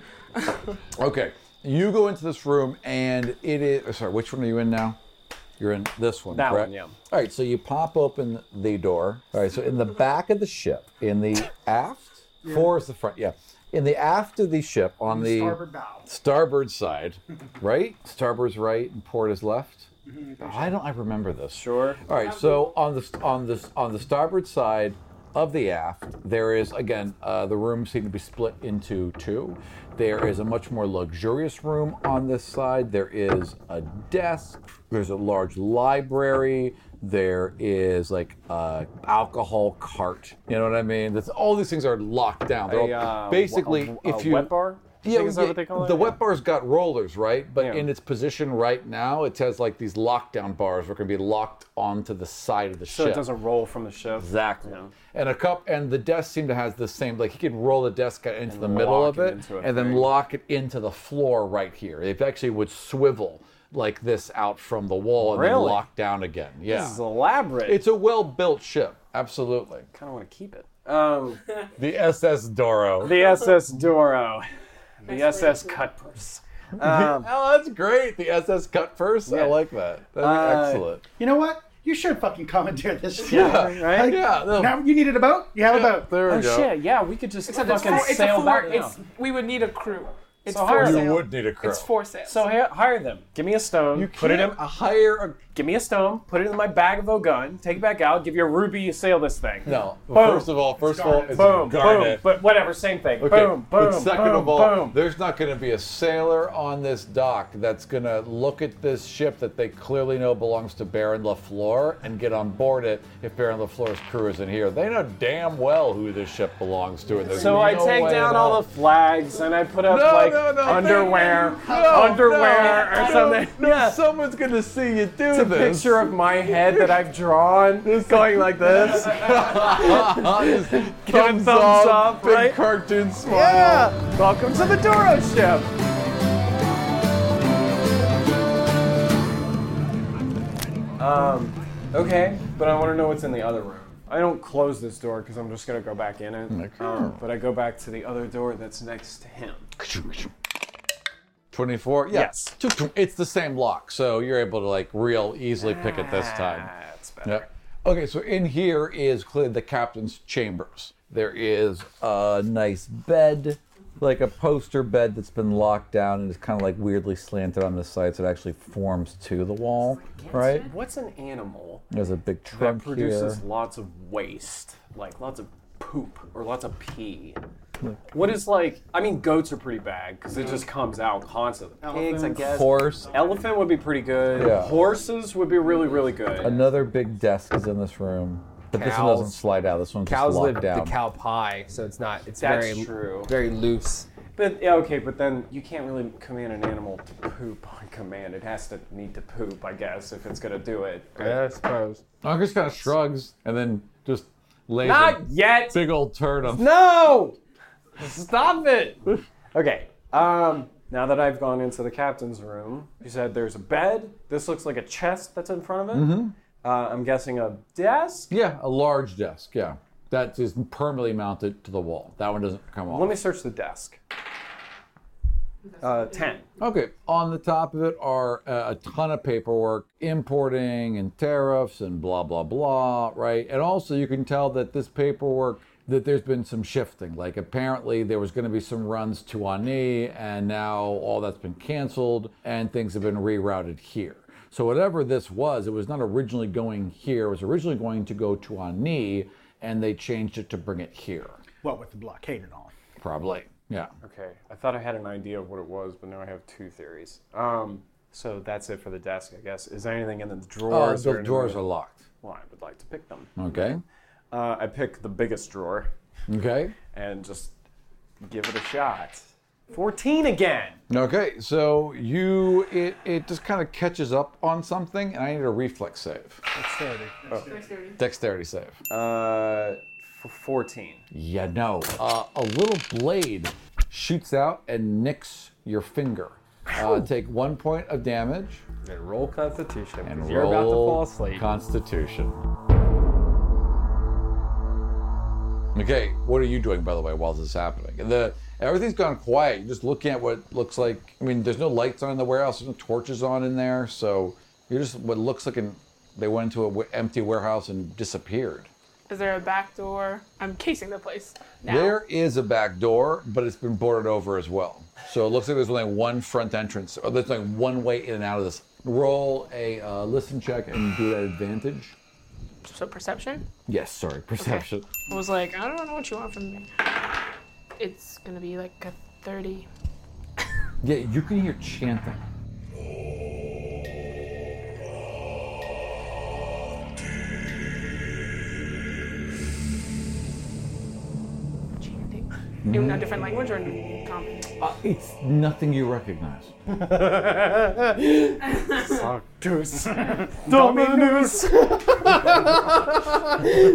[SPEAKER 6] Okay, you go into this room and it is. oh, Sorry, which one are you in now? You're in this one,
[SPEAKER 8] That
[SPEAKER 6] correct?
[SPEAKER 8] one, yeah.
[SPEAKER 6] All right, so you pop open the door. All right, so in the back of the ship, in the aft, four is the front, yeah. In the aft of the ship, on the,
[SPEAKER 4] starboard bow.
[SPEAKER 6] starboard side, right? Starboard's right and port is left. Why don't I remember this?
[SPEAKER 8] Sure.
[SPEAKER 6] All right. So on the on the on the starboard side of the aft, there is again uh, the rooms seem to be split into two. There is a much more luxurious room on this side. There is a desk. There's a large library. There is like a alcohol cart. You know what I mean? That's all these things are locked down. They're all-
[SPEAKER 8] uh,
[SPEAKER 6] basically
[SPEAKER 8] a- a
[SPEAKER 6] if you
[SPEAKER 8] wet bar? I
[SPEAKER 6] Yeah,
[SPEAKER 8] think is that
[SPEAKER 6] yeah,
[SPEAKER 8] what they call it?
[SPEAKER 6] the
[SPEAKER 8] Yeah.
[SPEAKER 6] wet bar's got rollers, right? But
[SPEAKER 8] Yeah.
[SPEAKER 6] in its position right now, it has like these lockdown bars that can be locked onto the side of the
[SPEAKER 8] so
[SPEAKER 6] ship.
[SPEAKER 8] it doesn't roll from the shift.
[SPEAKER 6] Exactly.
[SPEAKER 8] Yeah.
[SPEAKER 6] And a cup and the desk seem to have the same like he could roll the desk out into the middle of
[SPEAKER 8] lock it
[SPEAKER 6] it,
[SPEAKER 8] into a
[SPEAKER 6] and then
[SPEAKER 8] thing.
[SPEAKER 6] lock it into the floor right here. It actually would swivel like this out from the wall and then
[SPEAKER 8] Really?
[SPEAKER 6] lock down again. Yeah.
[SPEAKER 8] This is elaborate.
[SPEAKER 6] it's a well-built ship. Absolutely.
[SPEAKER 8] kind of want to keep it. Um,
[SPEAKER 6] The SS Doro.
[SPEAKER 8] the SS Doro, the SS Cutpurse.
[SPEAKER 6] oh, that's great. The SS cut first. I
[SPEAKER 8] Yeah.
[SPEAKER 6] like that. That's
[SPEAKER 8] Uh,
[SPEAKER 6] excellent.
[SPEAKER 4] You know what? You should fucking commandeer this shit.
[SPEAKER 8] right?
[SPEAKER 6] Yeah. no.
[SPEAKER 4] Now you needed a boat? You have a boat.
[SPEAKER 6] There we
[SPEAKER 8] Oh
[SPEAKER 6] go.
[SPEAKER 8] shit! Yeah, we could just
[SPEAKER 5] Except it's,
[SPEAKER 8] fucking
[SPEAKER 5] for, it's a
[SPEAKER 8] sail
[SPEAKER 5] four.
[SPEAKER 8] back
[SPEAKER 5] It's,
[SPEAKER 8] down.
[SPEAKER 5] we would need a crew. It's
[SPEAKER 8] So
[SPEAKER 5] for
[SPEAKER 8] hire-
[SPEAKER 5] sale.
[SPEAKER 6] You would need a crew.
[SPEAKER 5] It's for sale.
[SPEAKER 8] So hire, hire them. Give me a uh, stone.
[SPEAKER 6] you
[SPEAKER 8] put it in.
[SPEAKER 6] can't hire a
[SPEAKER 8] Give me a stone. Put it in my bag of Ogun. Take it back out. Give you a ruby. You sail this thing.
[SPEAKER 6] no.
[SPEAKER 8] Boom.
[SPEAKER 6] First of all, first of all, it's
[SPEAKER 8] Boom. Boom.
[SPEAKER 6] guarded.
[SPEAKER 8] But whatever. Same thing.
[SPEAKER 6] Okay,
[SPEAKER 8] Boom. Boom.
[SPEAKER 6] But second
[SPEAKER 8] boom,
[SPEAKER 6] of all,
[SPEAKER 8] boom.
[SPEAKER 6] there's not going to be a sailor on this dock that's going to look at this ship that they clearly know belongs to Baron LaFleur and get on board it if Baron LaFleur's crew isn't here. They know damn well who this ship belongs to. And there's
[SPEAKER 8] So I
[SPEAKER 6] no
[SPEAKER 8] take
[SPEAKER 6] way
[SPEAKER 8] down
[SPEAKER 6] at
[SPEAKER 8] all the flags and I put up
[SPEAKER 6] No,
[SPEAKER 8] like
[SPEAKER 6] no, no,
[SPEAKER 8] underwear,
[SPEAKER 6] no, no,
[SPEAKER 8] underwear
[SPEAKER 6] no,
[SPEAKER 8] or something.
[SPEAKER 6] No, someone's going to see you do
[SPEAKER 8] It's a
[SPEAKER 6] this.
[SPEAKER 8] picture of my head that I've drawn, going like this.
[SPEAKER 6] His thumbs,
[SPEAKER 8] thumbs
[SPEAKER 6] up,
[SPEAKER 8] up,
[SPEAKER 6] big
[SPEAKER 8] right?
[SPEAKER 6] cartoon smile.
[SPEAKER 8] Yeah. Welcome to the Doro ship. Um, okay, but I want to know what's in the other room. I don't close this door because I'm just gonna go back in it.
[SPEAKER 6] Okay.
[SPEAKER 8] Um, but I go back to the other door that's next to him.
[SPEAKER 6] 24 yeah.
[SPEAKER 8] Yes.
[SPEAKER 6] it's the same lock so you're able to like real easily pick it this time
[SPEAKER 9] Ah.
[SPEAKER 8] That's better.
[SPEAKER 6] yep. Okay, so in here is clearly the captain's chambers. There is a nice bed, like a poster bed that's been locked down and is kind of like weirdly slanted on the side, so it actually forms to the wall, right?
[SPEAKER 8] What's an animal
[SPEAKER 6] There's a big
[SPEAKER 8] that
[SPEAKER 6] trunk
[SPEAKER 8] produces
[SPEAKER 6] here.
[SPEAKER 8] lots of waste, like lots of poop or lots of pee? What is like? I mean, goats are pretty bad because it just comes out constantly. Pigs, I guess.
[SPEAKER 6] Horse.
[SPEAKER 8] Elephant would be pretty good.
[SPEAKER 6] Yeah.
[SPEAKER 8] Horses would be really, really good.
[SPEAKER 6] Another big desk is in this room, but this one
[SPEAKER 9] Cows.
[SPEAKER 6] doesn't slide out. This one's
[SPEAKER 9] Cows
[SPEAKER 6] just locked
[SPEAKER 9] live
[SPEAKER 6] down.
[SPEAKER 9] the cow pie, so it's not. It's
[SPEAKER 8] That's
[SPEAKER 9] very
[SPEAKER 8] true.
[SPEAKER 9] very loose.
[SPEAKER 8] But yeah, okay, but then you can't really command an animal to poop on command. It has to need to poop, I guess, if it's gonna do it.
[SPEAKER 9] I suppose.
[SPEAKER 6] I'm just kind of shrugs and then just lays
[SPEAKER 8] Not yet.
[SPEAKER 6] big old turd on.
[SPEAKER 8] No! Stop it! Okay. Um, now that I've gone into the captain's room, you said there's a bed. This looks like a chest that's in front of it. Uh, I'm guessing a desk.
[SPEAKER 6] Yeah, a large desk. Yeah, that is permanently mounted to the wall. That one doesn't come off.
[SPEAKER 8] Let me search the desk. Uh, ten.
[SPEAKER 6] Okay, on the top of it are uh, a ton of paperwork, importing and tariffs and blah, blah, blah, right? And also, you can tell that this paperwork, that there's been some shifting. Like, apparently, there was going to be some runs to Ani, and now all that's been canceled, and things have been rerouted here. So, whatever this was, it was not originally going here. It was originally going to go to Ani, and they changed it to bring it here,
[SPEAKER 4] What with the blockade and all.
[SPEAKER 6] probably. Yeah.
[SPEAKER 8] Okay. I thought I had an idea of what it was, but now I have two theories. Um, so that's it for the desk, I guess. Is there anything in the
[SPEAKER 6] Uh,
[SPEAKER 8] drawers? or
[SPEAKER 6] the
[SPEAKER 8] in
[SPEAKER 6] drawers
[SPEAKER 8] the-
[SPEAKER 6] are locked.
[SPEAKER 8] Well, I would like to pick them.
[SPEAKER 6] Okay.
[SPEAKER 8] Uh, I pick the biggest drawer
[SPEAKER 6] Okay.
[SPEAKER 8] and just give it a shot. 14 again.
[SPEAKER 6] Okay, so you it, it just kind of catches up on something, and I need a reflex save, Oh. dexterity save.
[SPEAKER 8] Uh, f- 14.
[SPEAKER 6] Yeah, no, uh, a little blade shoots out and nicks your finger. Uh, take one point of damage
[SPEAKER 9] And roll Constitution.
[SPEAKER 6] and
[SPEAKER 9] 'cause
[SPEAKER 6] roll
[SPEAKER 9] you're about to fall asleep.
[SPEAKER 6] Constitution. Okay, what are you doing by the way while this is happening? The everything's gone quiet. You're just looking at what looks like. I mean, there's no lights on in the warehouse. There's no torches on in there. So you're just what looks like an. They went into an empty warehouse and disappeared.
[SPEAKER 5] Is there a back door? I'm casing the place now.
[SPEAKER 6] There is a back door, but it's been boarded over as well. So it looks like there's only one front entrance, or there's only one way in and out of this. Roll a uh, listen check and do that advantage.
[SPEAKER 5] So perception.
[SPEAKER 6] Yes, sorry, perception.
[SPEAKER 5] I was like, I don't know what you want from me. It's gonna be like a thirty.
[SPEAKER 6] Yeah, you can hear chanting.
[SPEAKER 5] Chanting.
[SPEAKER 6] Mm.
[SPEAKER 5] In a different language or in common?
[SPEAKER 6] Uh, It's nothing you recognize.
[SPEAKER 8] Dominus!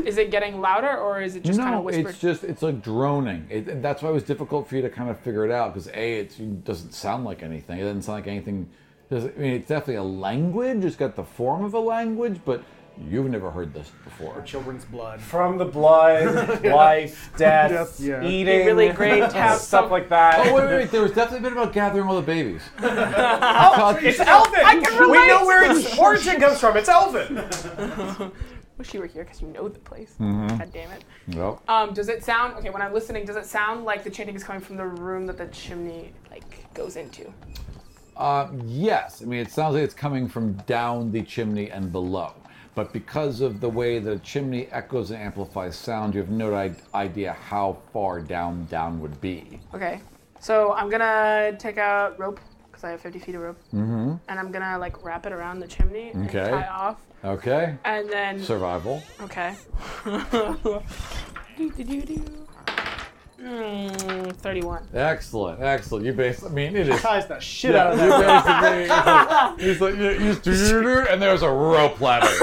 [SPEAKER 5] Is it getting louder or is it just kind
[SPEAKER 6] no,
[SPEAKER 5] of whispered?
[SPEAKER 6] it's just it's like droning. It, and that's why it was difficult for you to kind of figure it out because a it's, it doesn't sound like anything. It doesn't sound like anything. doesn't- I mean, it's definitely a language. It's got the form of a language, but you've never heard this before.
[SPEAKER 4] Children's blood.
[SPEAKER 8] From the blood, life, death,
[SPEAKER 4] Death, yeah.
[SPEAKER 8] eating,
[SPEAKER 5] really great to have
[SPEAKER 8] stuff
[SPEAKER 5] some-
[SPEAKER 8] like that.
[SPEAKER 6] Oh wait, wait, wait! There was definitely a bit about gathering all the babies. oh,
[SPEAKER 8] It's Elvin! we know where its origin comes from. It's Elvin!
[SPEAKER 5] Wish you were here because you know the place.
[SPEAKER 6] Mm-hmm.
[SPEAKER 5] God damn it.
[SPEAKER 6] Nope.
[SPEAKER 5] Um, does it sound okay? When I'm listening, does it sound like the chanting is coming from the room that the chimney like goes into?
[SPEAKER 6] Um, yes, I mean it sounds like it's coming from down the chimney and below, but because of the way the chimney echoes and amplifies sound, you have no i- idea how far down down would be.
[SPEAKER 5] Okay, so I'm gonna take out rope because I have 50 feet of rope, mm-hmm. and I'm gonna like wrap it around the chimney and
[SPEAKER 6] Okay.
[SPEAKER 5] tie off,
[SPEAKER 6] Okay,
[SPEAKER 5] and then
[SPEAKER 6] survival.
[SPEAKER 5] okay. do, do, do, do. Mm, 31.
[SPEAKER 6] Excellent, excellent. You basically, I mean, it is.
[SPEAKER 4] Ties the shit out of that.
[SPEAKER 6] Yeah, you basically, he's like, you you just do and there's a rope ladder.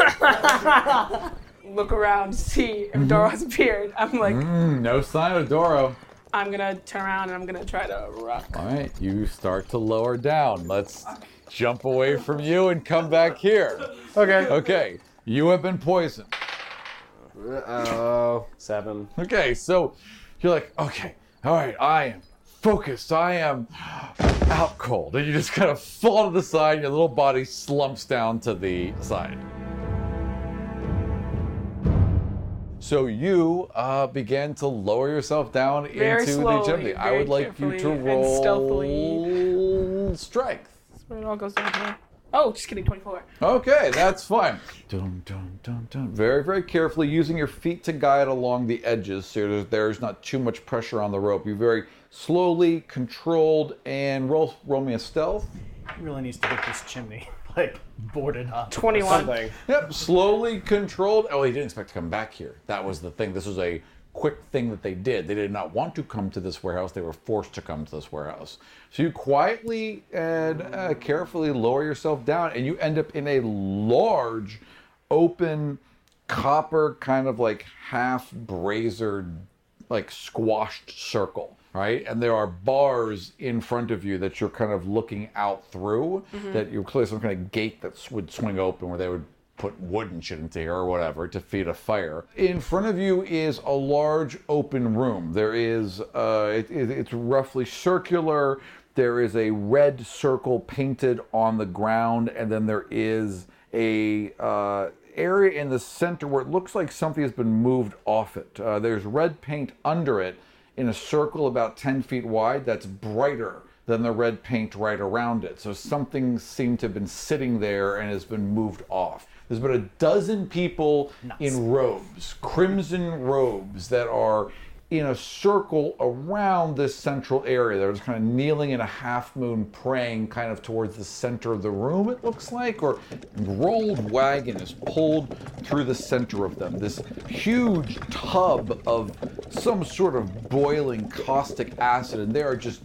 [SPEAKER 5] Look around, see
[SPEAKER 6] Mm-hmm.
[SPEAKER 5] if Doro has appeared. I'm like,
[SPEAKER 6] No sign of Doro.
[SPEAKER 5] I'm gonna turn around and I'm gonna try to rock.
[SPEAKER 6] All right, you start to lower down. Let's jump away from you and come back here.
[SPEAKER 4] Okay.
[SPEAKER 6] Okay, you have been poisoned.
[SPEAKER 9] Oh,
[SPEAKER 8] Seven.
[SPEAKER 6] Okay, so you're like, okay, all right, I am focused. I am out cold. And you just kind of fall to the side. Your little body slumps down to the side. So you uh, began to lower yourself down
[SPEAKER 5] Very
[SPEAKER 6] into the
[SPEAKER 5] slowly,
[SPEAKER 6] chimney. I
[SPEAKER 5] very
[SPEAKER 6] would like you to
[SPEAKER 5] carefully and stealthily.
[SPEAKER 6] roll strength.
[SPEAKER 5] When it all goes down here. Oh, just kidding, 24.
[SPEAKER 6] Okay, that's fine.
[SPEAKER 1] Dum, dum, dum, dum.
[SPEAKER 6] Very, very carefully using your feet to guide along the edges so there's, there's not too much pressure on the rope. You very slowly, controlled, and roll, roll me a stealth.
[SPEAKER 4] Really needs to get this chimney like boarded up.
[SPEAKER 5] 21.
[SPEAKER 3] Something.
[SPEAKER 6] Yep, slowly controlled. Oh, he didn't expect to come back here. That was the thing. This was a quick thing that they did. They did not want to come to this warehouse. They were forced to come to this warehouse. So you quietly and uh, carefully lower yourself down, and you end up in a large, open, copper kind of like half brazier like squashed circle, right? And there are bars in front of you that you're kind of looking out through. That you're clearly some kind of gate that s- would swing open where they would put wood and shit into here or whatever to feed a fire. In front of you is a large open room. There is uh, it, it, it's roughly circular. There is a red circle painted on the ground, and then there is a uh, area in the center where it looks like something has been moved off it. Uh, there's red paint under it in a circle about 10 feet wide that's brighter than the red paint right around it. So something seemed to have been sitting there and has been moved off. There's about a dozen people in robes, crimson robes that are in a circle around this central area. They're just kind of kneeling in a half moon, praying kind of towards the center of the room, it looks like, or rolled wagon is pulled through the center of them. This huge tub of some sort of boiling caustic acid, and there are just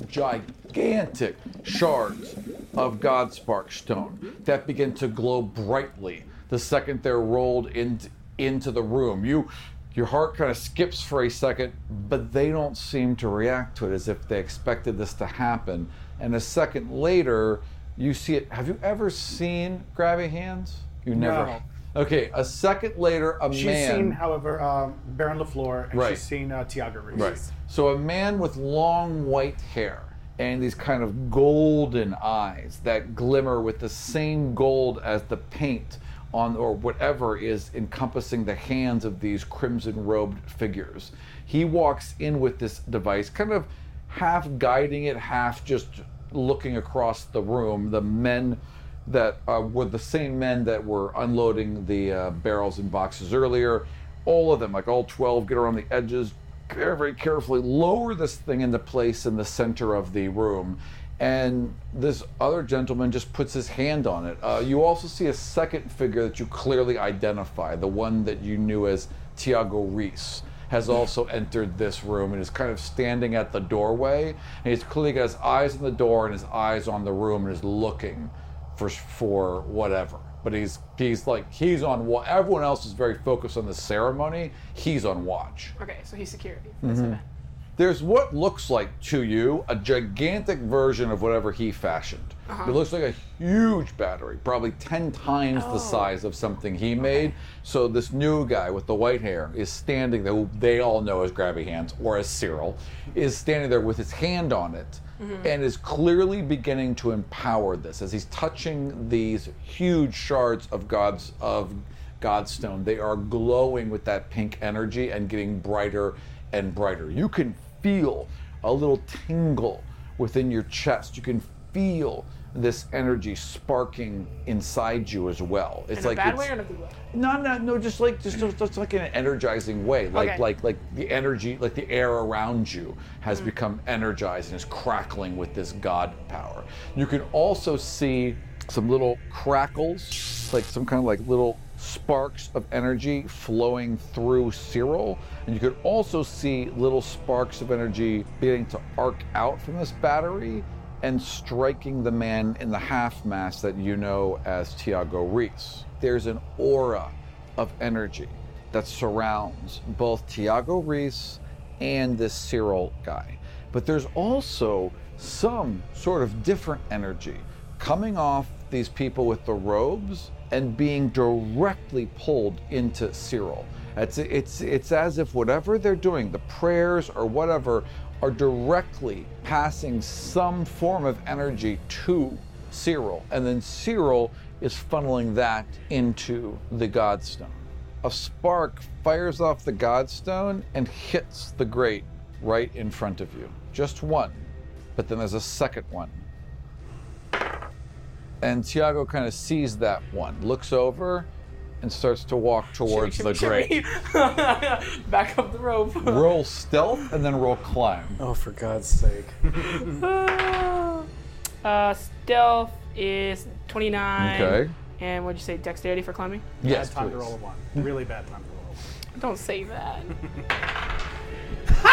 [SPEAKER 6] gigantic shards of Godspark stone that begin to glow brightly the second they're rolled in, into the room. You your heart kind of skips for a second, but they don't seem to react to it as if they expected this to happen. And a second later, you see it. Have you ever seen Gravity Hands? You never.
[SPEAKER 10] No.
[SPEAKER 6] Okay, a second later, a
[SPEAKER 10] She's
[SPEAKER 6] man.
[SPEAKER 10] seen, however, um, Baron LaFleur, and
[SPEAKER 6] Right.
[SPEAKER 10] she's seen uh, Tiago Reeves.
[SPEAKER 6] Right. So a man with long white hair and these kind of golden eyes that glimmer with the same gold as the paint on or whatever is encompassing the hands of these crimson robed figures. He walks in with this device, kind of half guiding it, half just looking across the room. The men that uh, were the same men that were unloading the uh, barrels and boxes earlier. All of them, like all 12, get around the edges, very, very carefully lower this thing into place in the center of the room. And this other gentleman just puts his hand on it. Uh, you also see a second figure that you clearly identify, the one that you knew as Tiago Reese has also entered this room and is kind of standing at the doorway. And he's clearly got his eyes on the door and his eyes on the room and is looking for for whatever. But he's he's like he's on wa Everyone else is very focused on the ceremony. He's on watch.
[SPEAKER 5] Okay, so he's security
[SPEAKER 6] Mm-hmm.
[SPEAKER 5] for this event.
[SPEAKER 6] There's what looks like to you a gigantic version of whatever he fashioned. It looks like a huge battery, probably 10 times the size of something he made. So, this new guy with the white hair is standing there, who they all know as Grabby Hands or as Cyril, is standing there with his hand on it and is clearly beginning to empower this as he's touching these huge shards of God's of Godstone. They are glowing with that pink energy and getting brighter and brighter. You can feel a little tingle within your chest. You can feel this energy sparking inside you as well. It's
[SPEAKER 5] In a bad
[SPEAKER 6] it's-
[SPEAKER 5] way or in a good way?
[SPEAKER 6] no, no, no. Just like just, just, just like in an energizing way, like
[SPEAKER 5] Okay.
[SPEAKER 6] like like the energy, like the air around you has become energized and is crackling with this god power. You can also see some little crackles, like some kind of like little sparks of energy flowing through Cyril, and you could also see little sparks of energy beginning to arc out from this battery and striking the man in the half mask that you know as Tiago Reese. There's an aura of energy that surrounds both Tiago Reese and this Cyril guy. But there's also some sort of different energy coming off these people with the robes and being directly pulled into Cyril. It's, it's, it's as if whatever they're doing, the prayers or whatever, are directly passing some form of energy to Cyril. And then Cyril is funneling that into the Godstone. a spark fires off the godstone and hits the grate right in front of you. Just one, but then there's a second one. And Tiago kind of sees that one, looks over, and starts to walk towards the grate.
[SPEAKER 5] Back up the rope.
[SPEAKER 6] roll stealth and then roll climb.
[SPEAKER 3] Oh, for God's sake.
[SPEAKER 5] uh, stealth is 29.
[SPEAKER 6] Okay.
[SPEAKER 5] And what'd you say, dexterity for climbing?
[SPEAKER 6] Yes,
[SPEAKER 10] bad time to
[SPEAKER 6] please.
[SPEAKER 10] roll a one. Really bad time to roll. a one.
[SPEAKER 5] Don't say that.
[SPEAKER 10] Oh!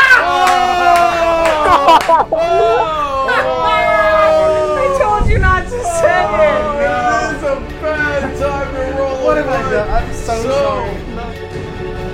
[SPEAKER 5] I told you not to say it.
[SPEAKER 6] It's a bad time to roll. What have I done? I'm so, sorry.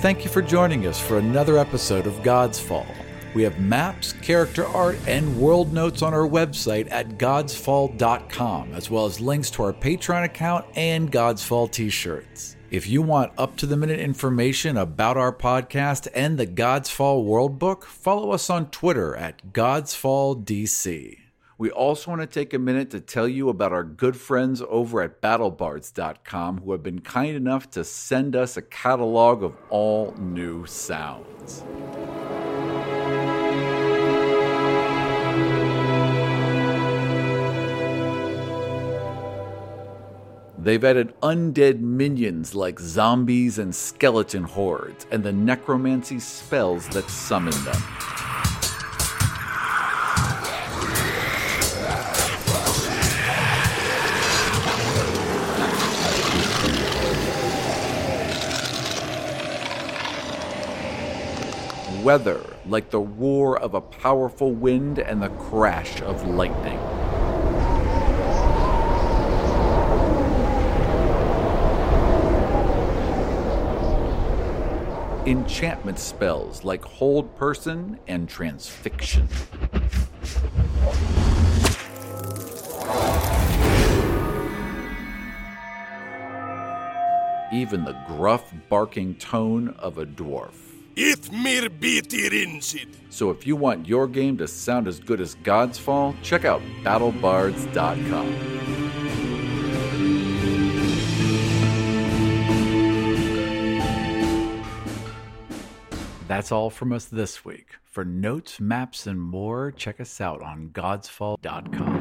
[SPEAKER 6] Thank you for joining us for another episode of God's Fall. We have maps, character art, and world notes on our website at godsfall.com, as well as links to our Patreon account and God's Fall t shirts. If you want up to the minute information about our podcast and the God's Fall World Book, follow us on Twitter at GodsfallDC. We also want to take a minute to tell you about our good friends over at battlebards.com who have been kind enough to send us a catalog of all new sounds. They've added undead minions like zombies and skeleton hordes, and the necromancy spells that summon them. Weather like the roar of a powerful wind and the crash of lightning. enchantment spells like Hold Person and Transfixion. Even the gruff barking tone of a dwarf.
[SPEAKER 11] Mer biter insid.
[SPEAKER 6] So if you want your game to sound as good as God's Fall, check out battlebards.com. That's all from us this week. For notes, maps, and more, check us out on godsfall.com.